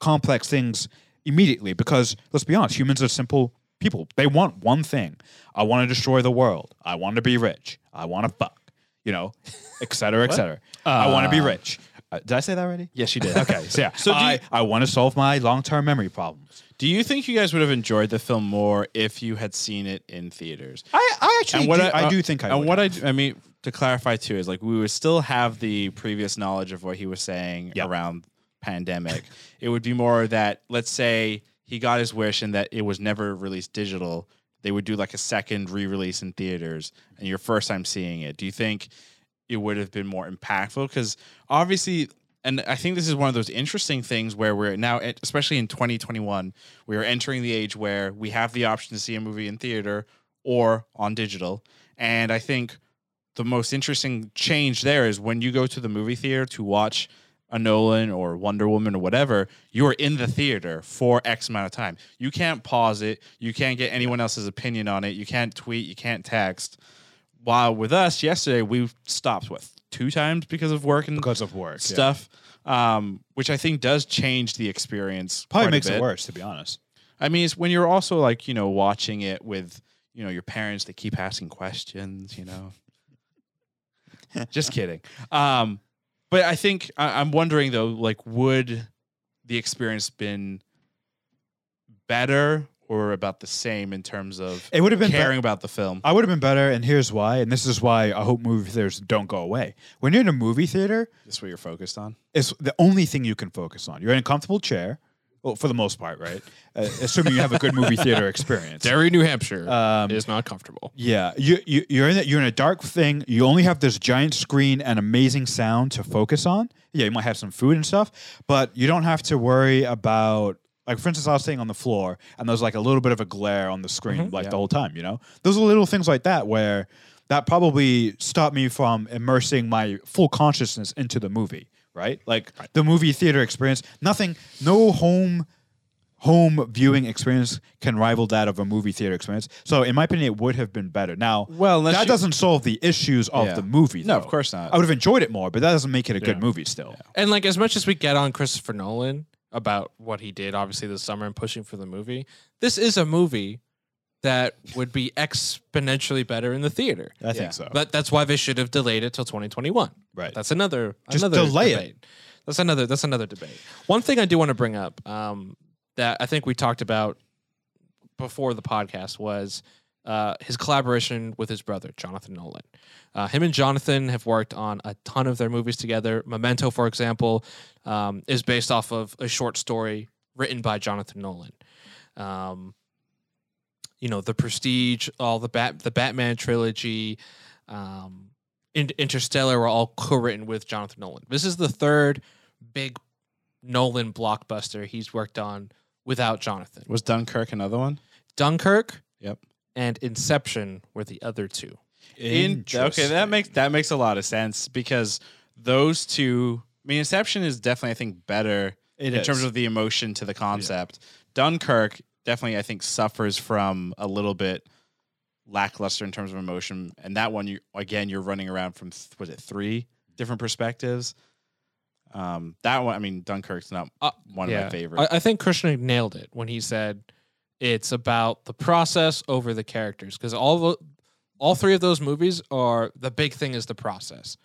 complex things immediately because let's be honest, humans are simple people. They want one thing. I want to destroy the world. I want to be rich. I want to fuck. (laughs) You know, et cetera, et cetera. I want to be rich. Uh, did I say that already? Yes, you (laughs) did. Okay, so yeah. So so do I, you- I want to solve my long term memory problems. Do you think you guys would have enjoyed the film more if you had seen it in theaters? I, I actually and what do, I, uh, I, uh, do think I and would. what I d- I mean to clarify too is like we would still have the previous knowledge of what he was saying Yep. around pandemic. it would be more that let's say he got his wish and that it was never released digital. They would do like a second re-release in theaters, and your first time seeing it. Do you think it would have been more impactful? Because obviously, and I think this is one of those interesting things where we're now, e, especially in 2021, we are entering the age where we have the option to see a movie in theater or on digital. And I think the most interesting change there is when you go to the movie theater to watch a Nolan or Wonder Woman or whatever, you are in the theater for X amount of time. You can't pause it. You can't get anyone else's opinion on it. You can't tweet. You can't text. While with us yesterday, we stopped what two times because of work and because of work. yeah. stuff, um, which I think does change the experience. Probably quite a makes it bit. worse, to be honest. I mean, it's when you're also like you know watching it with you know your parents. They keep asking questions. You (laughs) know, just kidding. Um, but I think I, I'm wondering though, like, would the experience been better or about the same in terms of It would have been be- caring about the film? I would have been better, and here's why. And this is why I hope movie theaters don't go away. When you're in a movie theater, That's what you're focused on. it's the only thing you can focus on. You're in a comfortable chair, well, for the most part, right? Uh, assuming you have a good movie theater experience. Derry, New Hampshire Um, is not comfortable. Yeah, you, you you're in a, you're in a dark thing. You only have this giant screen and amazing sound to focus on. Yeah, you might have some food and stuff, but you don't have to worry about like for instance, I was sitting on the floor and there's like a little bit of a glare on the screen like the whole time. You know, those are little things like that where that probably stopped me from immersing my full consciousness into the movie. Right, like the movie theater experience. Nothing, no home home viewing experience can rival that of a movie theater experience. So, in my opinion, it would have been better. Now, Well, unless that you- doesn't solve the issues of Yeah. the movie. No, though. of course not. I would have enjoyed it more, but that doesn't make it a good movie. Still, And like as much as we get on Christopher Nolan about what he did obviously this summer and pushing for the movie, this is a movie that would be exponentially better in the theater. I think so. But that's why they should have delayed it till 2021. Right. That's another Just another delay it. debate. That's another that's another debate. One thing I do want to bring up um, that I think we talked about before the podcast was uh, his collaboration with his brother Jonathan Nolan. Uh, him and Jonathan have worked on a ton of their movies together. Memento, for example, um, is based off of a short story written by Jonathan Nolan. Um, you know, The Prestige, all the Bat, the Batman trilogy, um, in- Interstellar were all co-written with Jonathan Nolan. This is the third big Nolan blockbuster he's worked on without Jonathan. Was Dunkirk another one? Dunkirk, Yep. and Inception were the other two. In, okay, that Interesting. makes that makes a lot of sense because those two. I mean, Inception is definitely I think better It in is. terms of the emotion to the concept. Dunkirk definitely I think suffers from a little bit lackluster in terms of emotion, and that one you again you're running around from th- was it three different perspectives. Um, that one I mean Dunkirk's not Uh, one of yeah. my favorites. I, I think Krishna nailed it when he said it's about the process over the characters because all the, all three of those movies are the big thing is the process.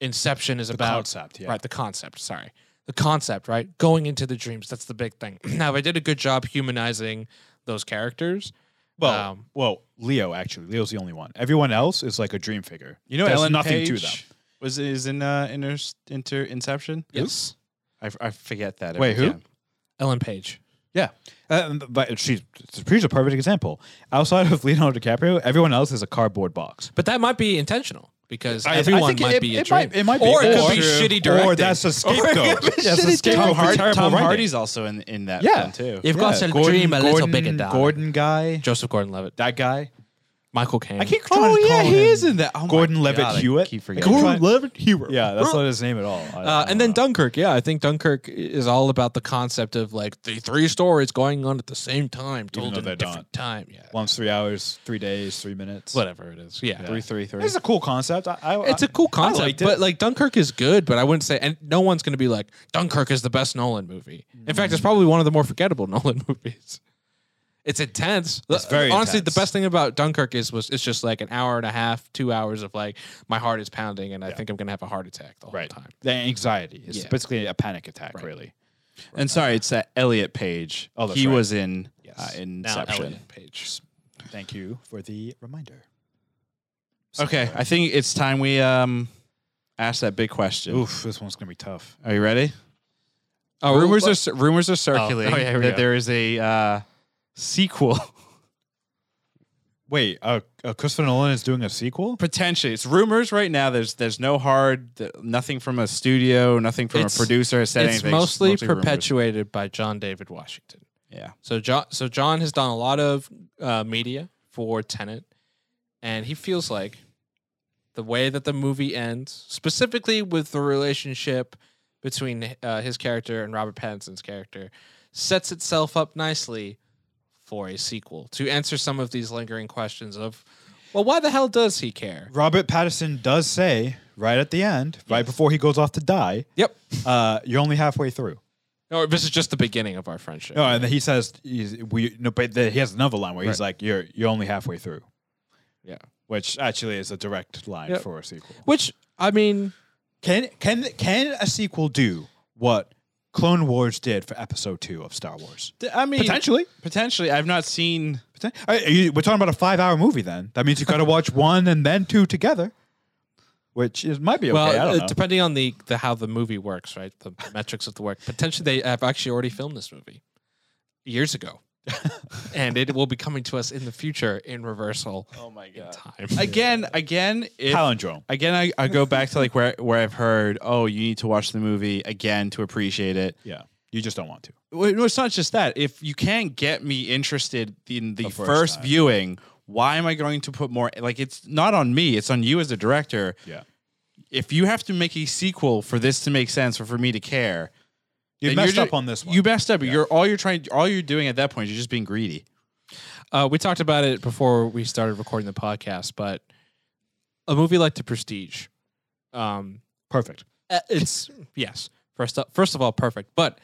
Inception is about concept, yeah. right the concept. Sorry, the concept right going into the dreams. That's the big thing. (clears throat) now they did a good job humanizing those characters. Well, Um, well, Leo actually, Leo's the only one. Everyone else is like a dream figure. you know, There's Ellen nothing to Page them. was is in uh, Inter, Inter Inception. Yes, I, f- I forget that. every Wait, who? time. Ellen Page. Yeah, uh, but she's she's a perfect example. Outside of (laughs) Leonardo DiCaprio, everyone else is a cardboard box. But that might be intentional because I- I everyone think might it- be a it dream. might- it might be. or it Or- could be shitty Or directing. that's a scapegoat. that's a scapegoat Tom, for Hard- terrible Tom writing. Hardy's also in in that Yeah. film too. You've got to dream a little bigger, darling. Gordon guy, Joseph Gordon-Levitt, that guy. Michael Caine. I keep trying to call him that. Oh Gordon Levitt God, I Hewitt. keep I forgetting. trying- Levitt hero. Yeah, that's not his name at all. I- Uh, I and don't then Dunkirk, yeah, I think Dunkirk is all about the concept of like the three stories going on at the same time, told though at they're a different time. Yeah, know. once three hours, three days, three minutes. whatever it is. Yeah, Three, three, three. It's a cool concept. I, I, it's a cool I concept, liked it. but like Dunkirk is good, but I wouldn't say, and no one's going to be like Dunkirk is the best Nolan movie. In fact, Mm. it's probably one of the more forgettable (laughs) Nolan movies. It's intense. It's very honestly intense. the best thing about Dunkirk is was it's just like an hour and a half, two hours of like my heart is pounding and I think I'm going to have a heart attack the whole right. time. The anxiety. It's Yeah. basically a panic attack, really. And sorry, it's that Elliot Page. Oh, that's he right. was in uh, Now Inception. Ellen Page. Thank you for the reminder. Okay, I think it's time we um ask that big question. Oof, this one's gonna be tough. Are you ready? Oh, rumors are cir- rumors are Oh, circulating yeah, oh, here we that go. there is a uh, sequel Wait, uh, uh, Christopher Nolan is doing a sequel? potentially. It's rumors right now. There's there's no hard th- nothing from a studio, nothing from It's- a producer has said It's anything. mostly, rumors. perpetuated by John David Washington. Yeah. So John, so John has done a lot of uh, media for Tenet, and he feels like the way that the movie ends, specifically with the relationship between uh, his character and Robert Pattinson's character, sets itself up nicely for a sequel to answer some of these lingering questions of, well, why the hell does he care? Robert Pattinson does say right at the end, right before he goes off to die, Yep. uh, you're only halfway through. Or this is just the beginning of our friendship. No, Oh, and then he says he's, we no, but then he has another line where he's like, "You're you're only halfway through." Yeah. which actually is a direct line Yep. for a sequel. Which I mean, Can can can a sequel do what Clone Wars did for Episode Two of Star Wars? I mean, Potentially. potentially. I've not seen. Poten- Are you- We're talking about a five-hour movie. Then that means you got (laughs) to watch one and then two together, which is, might be okay. I well, don't uh, know. depending on the, the how the movie works, right? The (laughs) metrics of the work. Potentially, they have actually already filmed this movie (laughs) years ago, and it will be coming to us in the future in reversal. Oh my god! In time. Again, again, if, Palindrome. again. I, I go back to like where where I've heard. Oh, you need to watch the movie again to appreciate it. Yeah, you just don't want to. Well, no, it's not just that. If you can't get me interested in the, first first, time. viewing, why am I going to put more? Like, it's not on me. It's on you as a director. Yeah. If you have to make a sequel for this to make sense or for me to care, You then messed you're ju- up on this one. You messed up. You're all you're trying. All you're doing at that point is you're just being greedy. Uh, we talked about it before we started recording the podcast, but a movie like The Prestige, um, Perfect. uh, it's yes. First up, first of all, perfect, but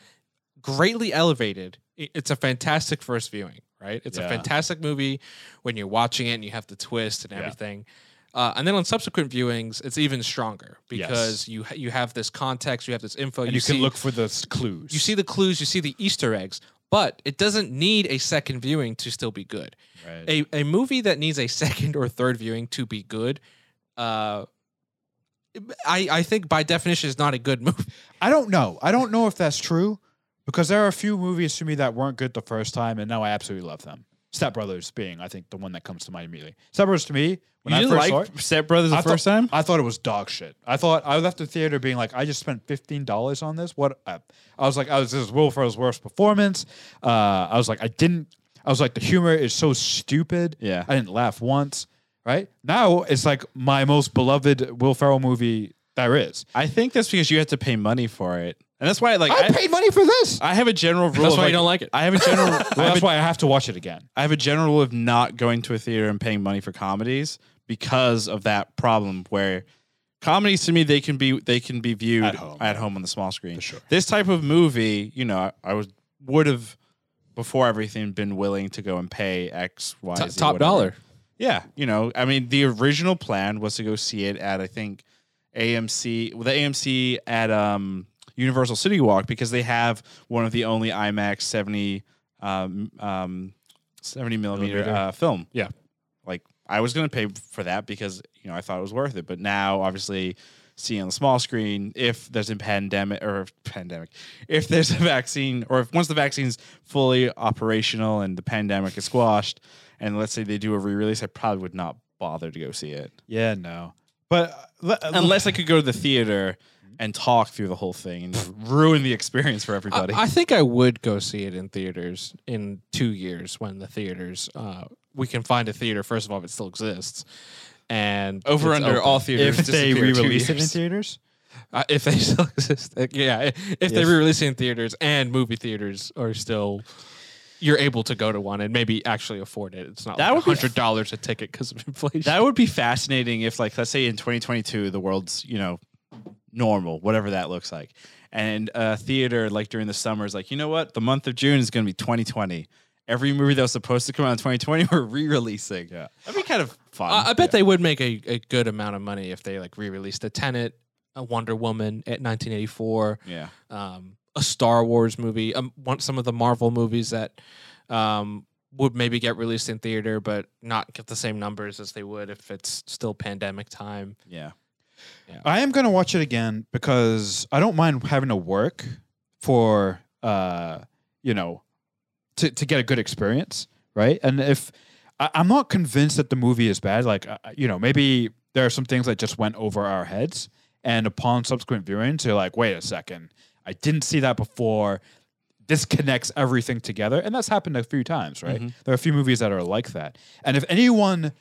greatly elevated. I- It's a fantastic first viewing, right? It's Yeah. a fantastic movie when you're watching it and you have the twist and Yeah. everything. Uh, and then on subsequent viewings, it's even stronger because you you you have this context, you have this info, And you, can look for the s- clues. you see the clues, you see the Easter eggs, but it doesn't need a second viewing to still be good. Right. A, a movie that needs a (laughs) second or third viewing to be good, uh, I, I think by definition is not a good movie. I don't know. I don't know if that's true because there are a few movies to me that weren't good the first time, and now I absolutely love them. Step Brothers being, I think, the one that comes to mind immediately. Step Brothers to me, when you I didn't first saw like it, Step Brothers the I thought- first time. I thought it was dog shit. I thought I left the theater being like, I just spent fifteen dollars on this. What? A, I was like, I was this is Will Ferrell's worst performance. Uh, I was like, I didn't. I was like, the humor is so stupid. Yeah. I didn't laugh once. Right now, it's like my most beloved Will Ferrell movie there is. I think that's because you had to pay money for it, and that's why. Like, I, I, paid money for this. I have a general rule. That's of, why you don't like it. I have a general. (laughs) Well, I have a that's why I have to watch it again. I have a general rule of not going to a theater and paying money for comedies because of that problem where comedies to me they can be they can be viewed At home. on the small screen. sure. This type of movie, you know, I, I was would have before everything been willing to go and pay X, Y, Z, top whatever. dollar. Yeah, you know, I mean, the original plan was to go see it at I think AMC, well, the AMC at um, Universal City Walk because they have one of the only IMAX seventy um, um, seventy millimeter, Uh, film. Yeah. like I was gonna pay for that because you know I thought it was worth it, but now obviously seeing on the small screen if there's a pandemic or if- pandemic if there's a vaccine or if once the vaccine's fully operational and the pandemic is squashed and let's say they do a re-release i probably would not bother to go see it Yeah, no. But uh, le- uh, unless i could go to the theater and talk through the whole thing and ruin the experience for I, everybody I think I would go see it in theaters in two years when the theaters uh, we can find a theater. First of all, if it still exists, and over it's under open. all theaters if they disappear two re-release it in years. theaters, Uh, if they (laughs) still exist, like, yeah. i- If they Yes. re-release it in theaters and movie theaters are still, you're able to go to one and maybe actually afford it. It's not That that like would be- hundred dollars a ticket because of (laughs) inflation. that would be fascinating if like let's say in 2022 the world's you know normal whatever that looks like and uh theater like during the summer is like you know what the month of june is going to be 2020 every movie that was supposed to come out in 2020 (laughs) we're re-releasing Yeah. that'd be kind of fun I, I bet they would make a, a good amount of money if they like re-released a Tenet, a Wonder Woman at 1984. yeah um, a Star Wars movie, um, one, some of the Marvel movies that um, would maybe get released in theater, but not get the same numbers as they would if it's still pandemic time. yeah I am gonna watch it again because I don't mind having to work for uh, you know to to get a good experience, right? And if I, I'm not convinced that the movie is bad, like uh, you know, maybe there are some things that just went over our heads, and upon subsequent viewings, you're like, wait a second, I didn't see that before. This connects everything together, and that's happened a few times, right? There are a few movies that are like that, and if anyone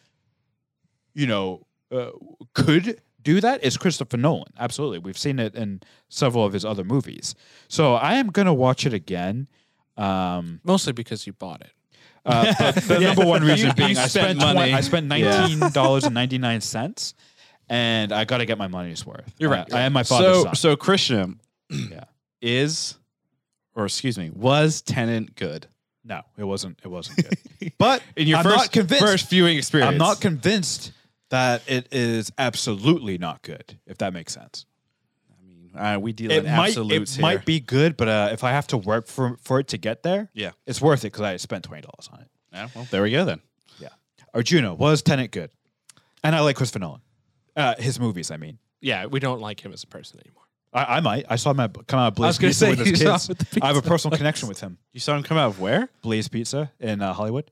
you know, uh, could do that is Christopher Nolan. Absolutely. We've seen it in several of his other movies. So I am going to watch it again. Um, Mostly because you bought it. uh, (laughs) but the number one reason You- being you I spent spent twen- money. I spent nineteen dollars and ninety nine cents, and I got to get my money's worth. You're right. I, am my father's So son. so (clears throat) Krishna Yeah. is or excuse me, was Tenant good? no, it wasn't. It (laughs) wasn't good. But In your I'm first not convinced. first viewing experience. I'm not convinced that it is absolutely not good. If that makes sense. Uh, we deal it in might it absolutes here. might be good, but uh, if I have to work for for it to get there, Yeah. it's worth it because I spent twenty dollars on it. Yeah, well, there we go then. Yeah, Arjuna was Tenet good, and I like Christopher Nolan, uh, his movies. I mean, Yeah, we don't like him as a person anymore. I, I might I saw him at, come out of Blaze gonna Pizza say, with you his saw him kids. at the I have a pizza (laughs) personal connection with him. You saw him come out of where? Blaze Pizza in uh, Hollywood.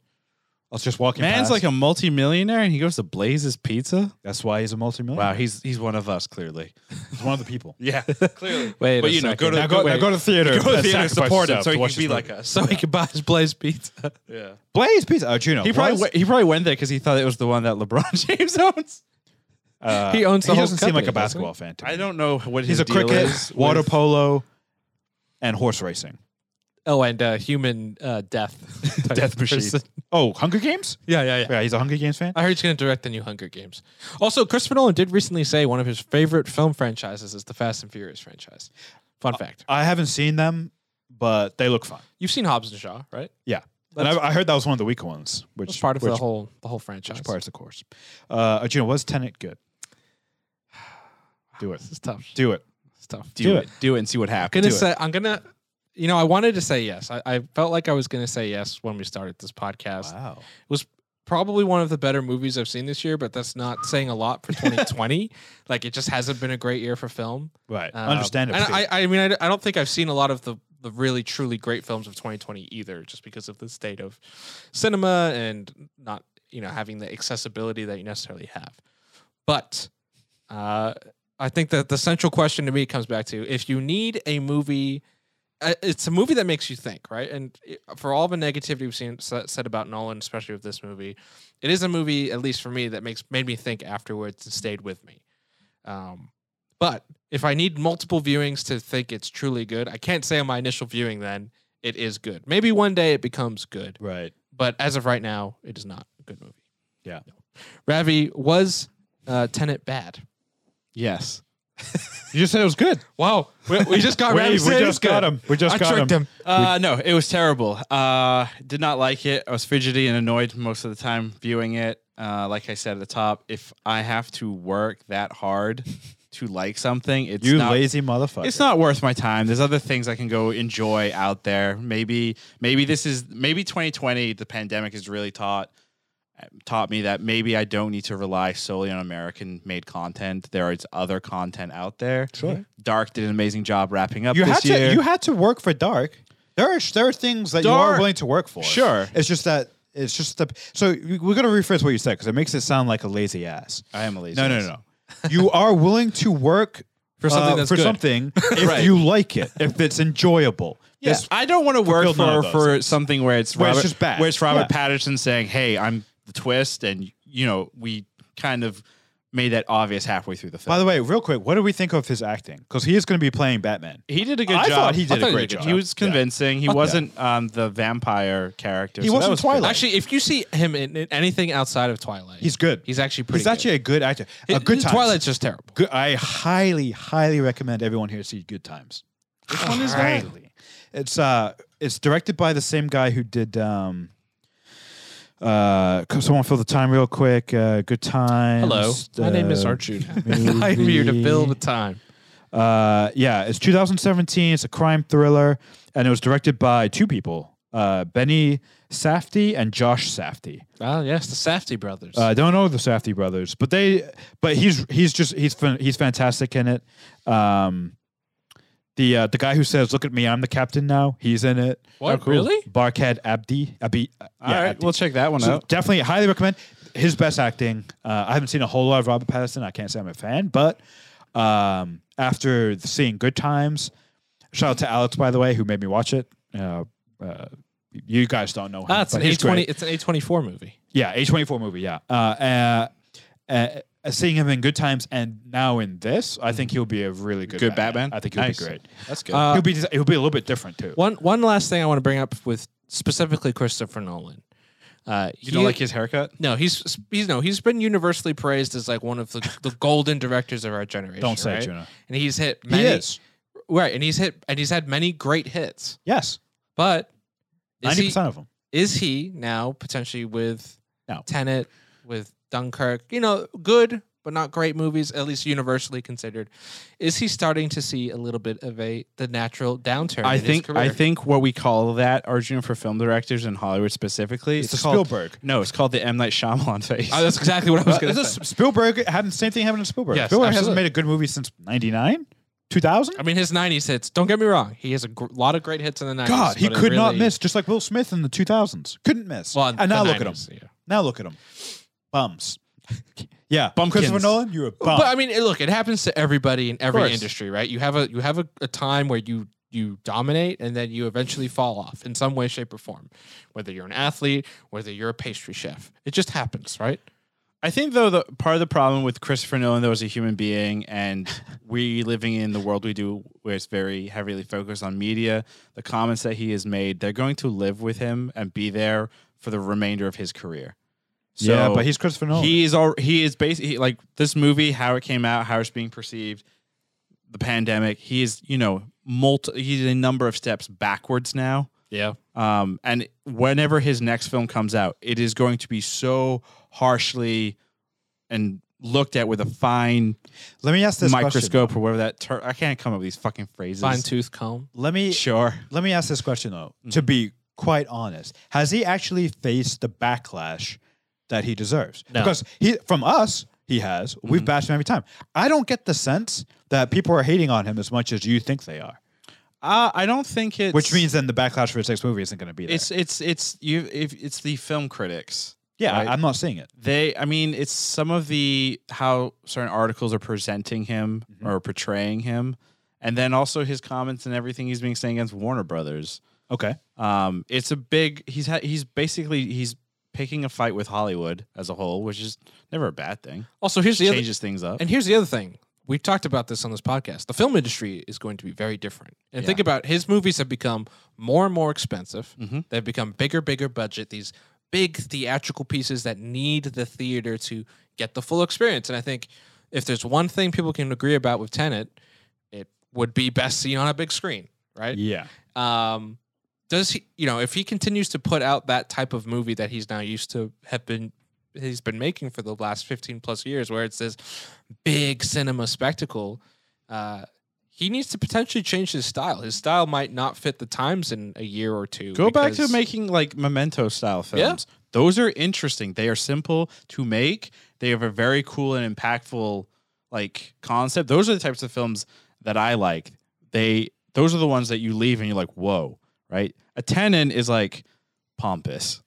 I was just walking. Man's past. like a multimillionaire and he goes to Blaze's Pizza. that's why he's a multimillionaire. Wow, he's he's one of us clearly. He's one of the people. (laughs) Yeah, clearly. Wait, but a you know, go second. to Now (laughs) go, wait, now go to (laughs) theater. go to and theater, sacrifice support him yourself so to he watch can be this like movie. us. So he could buy his Blaze pizza. Yeah. Blaze Pizza. Arjuna. He probably Uh, was- went, he probably went there because he thought it was the one that LeBron (laughs) James owns. (laughs) uh, he owns the he whole doesn't seem like a company, doesn't he? basketball fan. To me. I don't know what He's his a deal cricket, is water with- polo, and horse racing. Oh, and uh, human uh, death. type Death machine. person. Oh, Hunger Games? (laughs) Yeah, yeah, yeah. Yeah, he's a Hunger Games fan. I heard he's going to direct the new Hunger Games. Also, Christopher Nolan did recently say one of his favorite film franchises is the Fast and Furious franchise. Fun fact. I haven't seen them, but they look fun. You've seen Hobbs and Shaw, right? Yeah, and I, I heard that was one of the weaker ones, which It's part of which, the whole the whole franchise. which part of the course. Uh, Arjuna, was Tenet good? Do it, This is tough. do it. It's tough. Do, Do it. it. Do it and see what happens. gonna say I'm gonna you know, I wanted to say yes. I, I felt like I was gonna say yes when we started this podcast. Wow, It was probably one of the better movies I've seen this year, but that's not saying a lot for 2020. like it just hasn't been a great year for film. right, Um, understandable. And I, I mean, I, I don't think I've seen a lot of the, the really truly great films of 2020 either, just because of the state of cinema and not you know having the accessibility that you necessarily have. But uh, I think that the central question to me comes back to if you need a movie. uh, It's a movie that makes you think, right? And it- for all the negativity we've seen sa- said about Nolan, especially with this movie, it is a movie, at least for me, that makes made me think afterwards and stayed with me. Um, but if I need multiple viewings to think it's truly good, I can't say on my initial viewing then it is good. Maybe one day it becomes good, right, but as of right now, it is not a good movie. Yeah. Ravi was uh, Tenet bad. yes. you just said it was good. Wow, we, we (laughs) just got Ravi. we said it was just got good. him. We just I got tricked him. him. Uh, no, it was terrible. Uh, did not like it. I was fidgety and annoyed most of the time viewing it. Uh, like I said at the top, if I have to work that (laughs) hard to like something, it's You not, lazy motherfucker. It's not worth my time. There's other things I can go enjoy out there. Maybe maybe this is maybe 2020 the pandemic has really taught taught me that maybe I don't need to rely solely on American made content. There is other content out there. Sure. Dark did an amazing job wrapping up You this had year. to. You had to work for Dark. There are there are things that you Dark- are willing to work for. Sure. It's just that. It's just the. So we- we're gonna rephrase what you said because it makes it sound like a lazy ass. I am a lazy No, no, ass. no. you are willing to work uh, (laughs) For something that's for good. (laughs) something if you like it, if it's enjoyable. Yeah, This- I don't want to work fulfilled none for of those for something where it's Where Robert, it's just bad. where it's Robert Yeah. Patterson saying, "Hey, I'm the twist," and you know we kind of made that obvious halfway through the film. by the way, real quick, what do we think of his acting? Because he is going to be playing Batman. He did a good I job. thought he did I a he great did. job. He was Yeah. convincing. He wasn't um, the vampire character. He so that wasn't was Twilight. Actually, if you see him in, in anything outside of Twilight, He's good. He's actually pretty. He's actually a good actor. good. a good time. Twilight's just terrible. Good, I highly, highly recommend everyone here see Good Times. Which one is that? Highly. It's uh, it's directed by the same guy who did um. Uh, come- someone fill the time real quick. Uh, good times. Hello, my name is uh, (laughs) Arjuna. (laughs) I'm here to fill the time. Uh, yeah, it's 2017. It's a crime thriller, and it was directed by two people, uh, Benny Safdie and Josh Safdie. Oh yes, the Safety brothers. Uh, I don't know the Safdie brothers, but they, but he's he's just he's fan- he's fantastic in it. Um, The uh, the guy who says, "Look at me, I'm the captain now." He's in it. What? Really? Barkad Abdi. Abdi. uh, yeah, Oh, All right, Abdi. we'll check that one So out. definitely highly recommend his best acting. Uh, I haven't seen a whole lot of Robert Pattinson. I can't say I'm a fan, but um, after seeing Good Times, shout out to Alex by the way who made me watch it. Uh, uh, you guys don't know him, Ah, it's but an he's A twenty. great. It's an A twenty four movie. Yeah, A twenty four movie. Yeah, uh, uh, uh, seeing him in Good Times and now in this, I think he'll be a really good Good Batman? I think he'll Nice. be great. Uh, That's good. he'll be he'll be a little bit different too. One one last thing I want to bring up with specifically Christopher Nolan. Uh, you don't like his haircut? No, he's he's no, he's been universally praised as like one of the, the golden directors of our generation. Don't say it, right? Juno. And he's hit many is. right, and he's hit and he's had many great hits. Yes, But is ninety he, percent of them. is he now potentially with No. Tenet, with Dunkirk? You know, good but not great movies, at least universally considered. Is he starting to see a little bit of a the natural downturn? I in his think I career? think what we call that Arjun for film directors in Hollywood specifically. It's the called, Spielberg. No, it's called the M Night Shyamalan face. Oh, that's exactly what I was Uh, going to this say. is Spielberg happened. Same thing happened to Spielberg. Yes, Spielberg hasn't absolutely. Oh made a good movie since '99, 2000. I mean, his '90s hits. Don't get me wrong; he has a gr- lot of great hits in the '90s. God, he but it could not really- miss, just like Will Smith in the 2000s. Couldn't miss. Well, the and now look at him. 90s, yeah. Now look at him. (laughs) Bums. Yeah, Bumpkins. Christopher Nolan, you're a bum. But I mean, it- look, it happens to everybody in every course. industry, right? You have a you have a, a time where you you dominate and then you eventually fall off in some way, shape, or form. Whether you're an athlete, whether you're a pastry chef, it just happens, right? I think though the part of the problem with Christopher Nolan though as a human being and we living in the world we do where it's very heavily focused on media, the comments that he has made, they're going to live with him and be there for the remainder of his career. So yeah, but he's Christopher Nolan. he is all he is basically like this movie, how it came out, how it's being perceived, the pandemic. He is, you know, multi he's a number of steps backwards now. Yeah. Um, and whenever his next film comes out, it is going to be so harshly and looked at with a fine Let me ask this microscope or whatever that term. I can't come up with these fucking phrases. Fine tooth comb. Question. Let me Sure. let me ask this question though. Mm-hmm. To be quite honest, has he actually faced the backlash that he deserves? No. Because he from us, he has. Mm-hmm. We've bashed him every time. I don't get the sense that people are hating on him as much as you think they are. Uh, I don't think it's Which means then the backlash for his next movie isn't going to be there. it's it's it's you if it's the film critics. yeah, right. I, am not seeing it. They I mean it's some of the how certain articles are presenting him or portraying him. And then also his comments and everything he's being saying against Warner Brothers. Okay. Um, it's a big. He's ha- he's basically he's picking a fight with Hollywood as a whole, which is never a bad thing. Also, here's the other, Changes things up. and here's the other thing. We've talked about this on this podcast. The film industry is going to be very different. And think about his movies have become more and more expensive. They've become bigger, bigger budget. These big theatrical pieces that need the theater to get the full experience. And I think if there's one thing people can agree about with Tenet, it would be best seen on a big screen, right? Yeah. um, does he you know if he continues to put out that type of movie that he's now used to have been he's been making for the last 15 plus years where it's this big cinema spectacle uh, he needs to potentially change his style his style might not fit the times in a year or two Go back to because- making like memento style Yeah. films. Those are interesting. They are simple to make. They have a very cool and impactful like concept. Those are the types of films that I like. They those are the ones that you leave and you're like, whoa, right? A tenon is like pompous.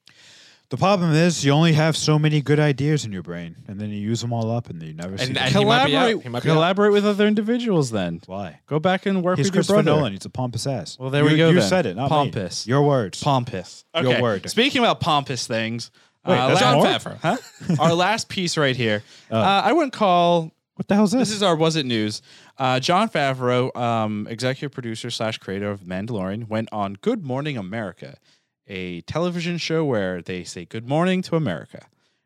The problem is you only have so many good ideas in your brain, and then you use them all up, and then you never see and, them. and he might be out. Collaborate, He might be out. collaborate with other individuals. Then Why? go back and work He's with your Christopher brother. Nolan. He's a pompous ass. Well, there you, we go You then. said it, not me. Pompous. Your words. pompous. Your word. Speaking about pompous things, Wait, la- that's John More? Oh. Favreau. huh? (laughs) our last piece right here. Uh, I wouldn't call what the hell's this? this is our was it news. Uh, John Favreau, um, executive producer slash creator of Mandalorian, went on Good Morning America, a television show where they say good morning to America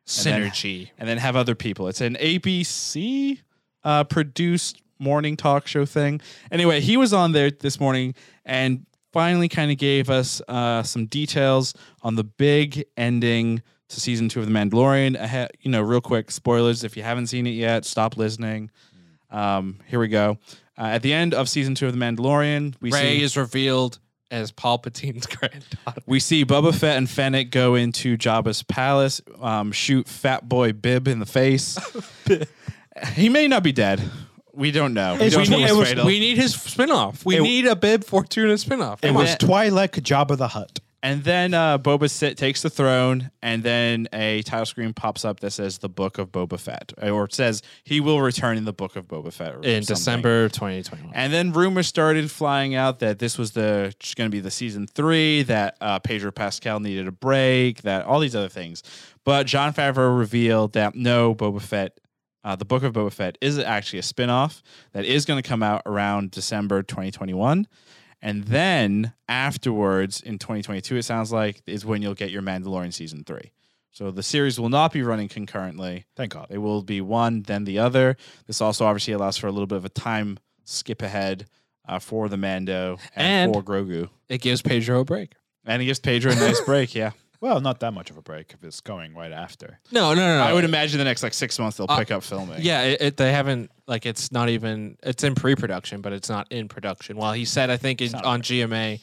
synergy and then have other people. It's an ABC uh, produced morning talk show thing. Anyway, he was on there this morning and finally kind of gave us uh, some details on the big ending to season two of The Mandalorian. I ha- you know, real quick spoilers if you haven't seen it yet, stop listening. Um, here we go. Uh, at the end of season two of The Mandalorian, we ray see is revealed as palpatine's (laughs) granddaughter we see Boba Fett and Fennec go into Jabba's palace, (laughs) um, shoot Fat Boy Bib in the face. he may not be dead. we don't know. It's- we we don't know need- what's it was- fatal. We need his spinoff. We It- need a Bib Fortuna spinoff. It Come on. was Twilight Jabba the Hutt. And then uh, Boba Fett takes the throne, and then a title screen pops up that says "The Book of Boba Fett," or it says he will return in the Book of Boba Fett or in something. December 2021. Mm-hmm. And then rumors started flying out that this was the going to be the season three. That uh, Pedro Pascal needed a break. That all these other things. But John Favreau revealed that no, Boba Fett, uh, the Book of Boba Fett, is actually a spinoff that is going to come out around December 2021. And then afterwards in 2022, it sounds like is when you'll get your Mandalorian season three. So the series will not be running concurrently. Thank God. It will be one, then the other. This also obviously allows for a little bit of a time skip ahead uh, for the Mando and, And- for Grogu. it gives Pedro a break. And it gives Pedro a nice break, (laughs) yeah. Well, not that much of a break if it's going right after. No, no, no. no. I would imagine the next like six months they'll Uh, pick up filming. Yeah, it, it, they haven't like it's not even it's in pre-production, but it's not in production. While he said, I think in, on GMA,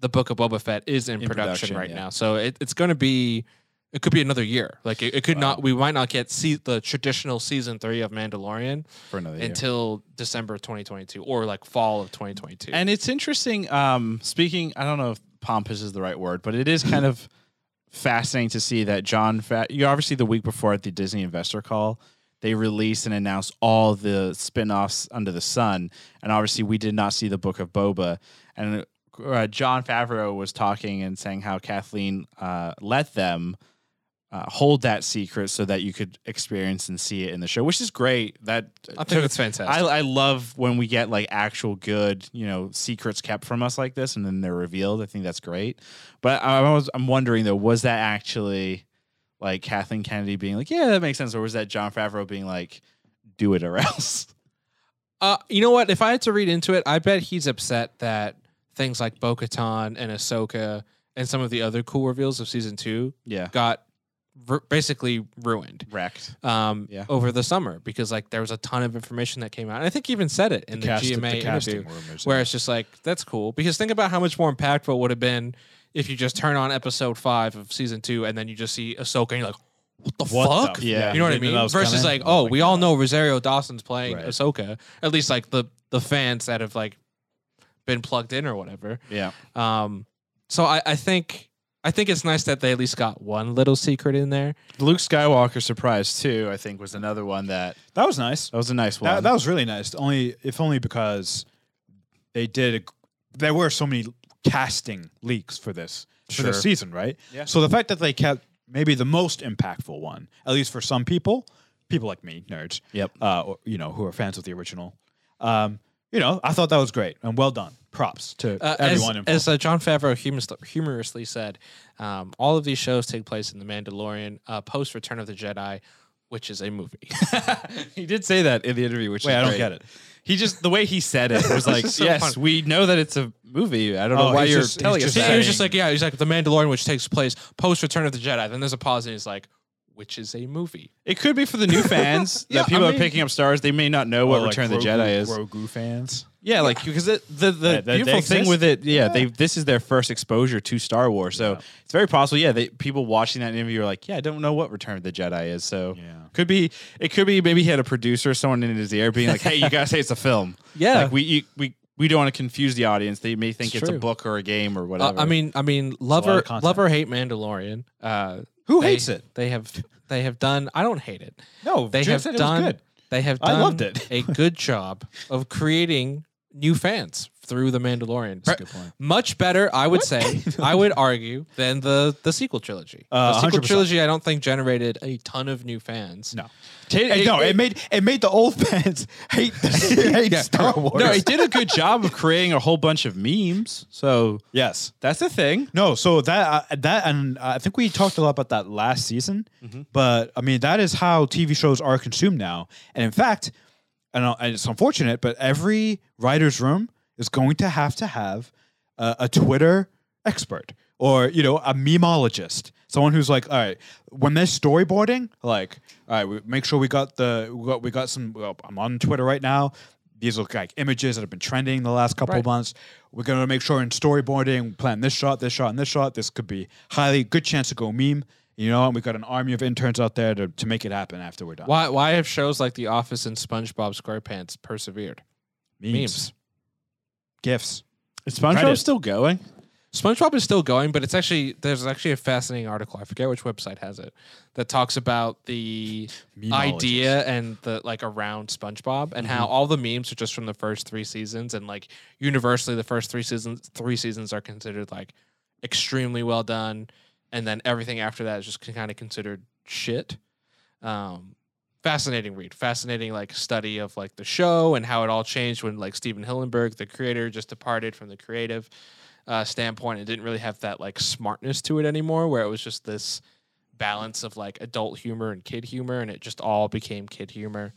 the Book of Boba Fett is in, In production, production, right yeah. now, so it, it's going to be. It could be another year. Like it, it could not. We might not get see the traditional season three of Mandalorian for another year. until December 2022 or like fall of 2022. And it's interesting. Um, speaking, I don't know if pompous is the right word, but it (laughs) is kind of fascinating to see that John. Fa- you obviously the week before at the Disney Investor Call, they released and announced all the spin-offs under the sun, and obviously we did not see the Book of Boba. And uh, John Favreau was talking and saying how Kathleen uh, let them. Uh, hold that secret so that you could experience and see it in the show, which is great. That I think it's fantastic. I, I love when we get like actual good, you know, secrets kept from us like this, and then they're revealed. I think that's great. But I was, I'm wondering though, was that actually like Kathleen Kennedy being like, "Yeah, that makes sense," or was that John Favreau being like, "Do it or (laughs) else"? Uh, you know what? If I had to read into it, I bet he's upset that things like Bo Katan and Ahsoka and some of the other cool reveals of season two Yeah, got ru- basically ruined wrecked. um, Yeah. over the summer because like there was a ton of information that came out. And I think he even said it in the, Cast- GMA casting interview, rumors. where it's just like that's cool. Because think about how much more impactful it would have been if you just turn on episode five of season two and then you just see Ahsoka and you're like, what the What fuck? the- Yeah. You know what I Didn't know that mean? was Versus coming. like, oh, my we all know Rosario Dawson's playing Right. Ahsoka. At least like the the fans that have like been plugged in or whatever. Yeah, Um, so I, I think I think it's nice that they at least got one little secret in there. Luke Skywalker surprise too. I think was another one that That was nice. that was a nice one. That, that was really nice. Only if only because they did. A, there were so many casting leaks for this for Sure. this season, right? Yeah. So the fact that they kept maybe the most impactful one, at least for some people, people like me, nerds. Yep. Uh, or, you know, who are fans of the original. Um, you know, I thought that was great and well done. Props to Uh, as- everyone. involved. as uh, John Favreau humorous, humorously said, um, all of these shows take place in The Mandalorian uh, post Return of the Jedi, which is (laughs) a movie. (laughs) he did say that in the interview, which Wait, is I don't great. get it. He just the way he said it (laughs) was like, just so "Yes, funny. we know that it's a movie. I don't know Oh, why he's you're just- he's telling us just he, that." he was just like, yeah, he's like The Mandalorian, which takes place post Return of the Jedi. Then there's a pause, and he's like, which is a movie. It could be for the new fans Yeah, that people I are mean- picking up stars. They may not know what Or, Oh, like, Return of the Grogu- Jedi is. Grogu fans. Yeah, like because it, the the That- that they beautiful thing exist? with it, yeah, they this is their first exposure to Star Wars, so it's very possible. Yeah, they, people watching that interview are like, yeah, I don't know what Return of the Jedi is, so Yeah. could be it could be maybe he had a producer, or someone in his ear, being like, hey, you gotta say it's a film. Yeah. like we you, we we don't want to confuse the audience. They may think it's, It's a true. book or a game or Uh, whatever. I mean, I mean, a lot lover, of content. lover hate Mandalorian. Uh, Who they- hates it? They have, they have done. I don't hate it. No, They Jim have said it was done. good. They have done I loved it. a good job of creating new fans through the Mandalorian. a good point. Much better, I would say. I would argue than the the sequel trilogy. Uh, the sequel 100%. trilogy, I don't think generated a ton of new fans. No. Ta- Hey, no, it made it made the old (laughs) fans hate the, hate Star Wars. no, it did a good job of creating a whole bunch of memes. So yes, that's a thing. no. So that uh, that and I think we talked a lot about that last season. But I mean, that is how TV shows are consumed now. And in fact, and, uh, and it's unfortunate, but every writer's room is going to have to have uh, a Twitter expert or you know a memologist, someone who's like, all right, when they're storyboarding, like, all right, we make sure we got the we got, we got some. Well, I'm on Twitter right now. These look like images that have been trending the last couple of months. We're gonna make sure in storyboarding, we plan this shot, this shot, and this shot. This could be highly good chance to go meme. You know, and we've got an army of interns out there to, to make it happen after we're done. Why why have shows like The Office and SpongeBob SquarePants persevered? Memes. gifts. Is SpongeBob Reddit. still going? SpongeBob is still going, but it's actually there's actually a fascinating article. I forget which website has it that talks about the idea and the like around SpongeBob and how all the memes are just from the first three seasons and like universally the first three seasons three seasons are considered like extremely well done and then everything after that is just kind of considered shit. Um, fascinating read, fascinating like study of like the show and how it all changed when like Steven Hillenberg, the creator, just departed from the creative uh, standpoint. It didn't really have that like smartness to it anymore, where it was just this balance of like adult humor and kid humor, and it just all became kid humor.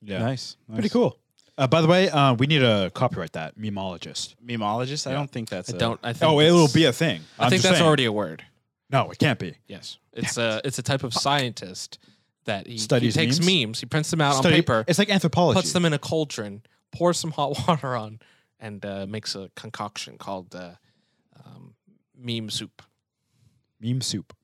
Yeah. Nice. Pretty cool. Uh, by the way, uh, we need to copyright that memologist. Memologist? I don't think that's. I a- don't. I think Oh, it'll that's- be a thing. I think that's already a word. No, it can't be. Yes, it's a it's a type of scientist that he, he Studies takes memes. memes? He prints them out Study- on paper, It's like anthropology. puts them in a cauldron, pours some hot (laughs) water on, and uh, makes a concoction called uh, um, meme soup. Meme soup.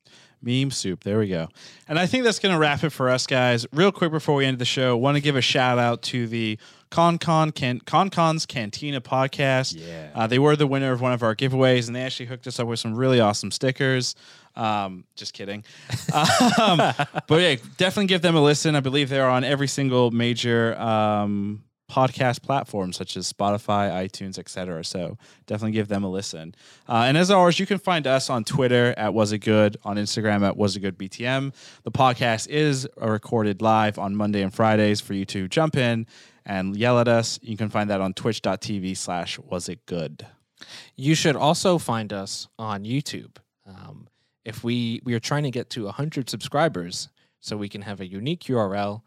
Meme soup. There we go. And I think that's going to wrap it for us, guys. Real quick before we end the show, want to give a shout out to the ConCon Can- ConCon's Cantina podcast. Yeah. Uh, they were the winner of one of our giveaways, and they actually hooked us up with some really awesome stickers. Um, just kidding. um, but yeah, definitely give them a listen. I believe they're on every single major um, podcast platform, such as Spotify, iTunes, etc. So definitely give them a listen. Uh, and as always, you can find us on Twitter at Was It Good, on Instagram at Was It Good BTM. The podcast is uh, recorded live on Monday and Fridays for you to jump in and yell at us. You can find that on twitch.tv slash Was It Good. You should also find us on YouTube. Um, if we we are trying to get to 100 subscribers, so we can have a unique URL,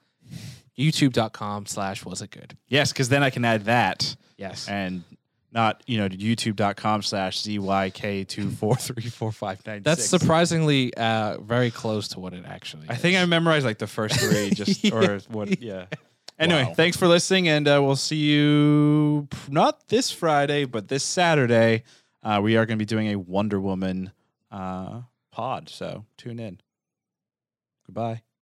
youtube.com slash was it good. Yes, because then I can add that. Yes. and not you know youtube.com slash zyk243459 That's surprisingly uh, very close to what it actually i think i memorized like the first (laughs) three just or what yeah (laughs) anyway Wow. thanks for listening and uh, we'll see you p- not this friday but this saturday uh, we are going to be doing a wonder woman uh, pod so tune in goodbye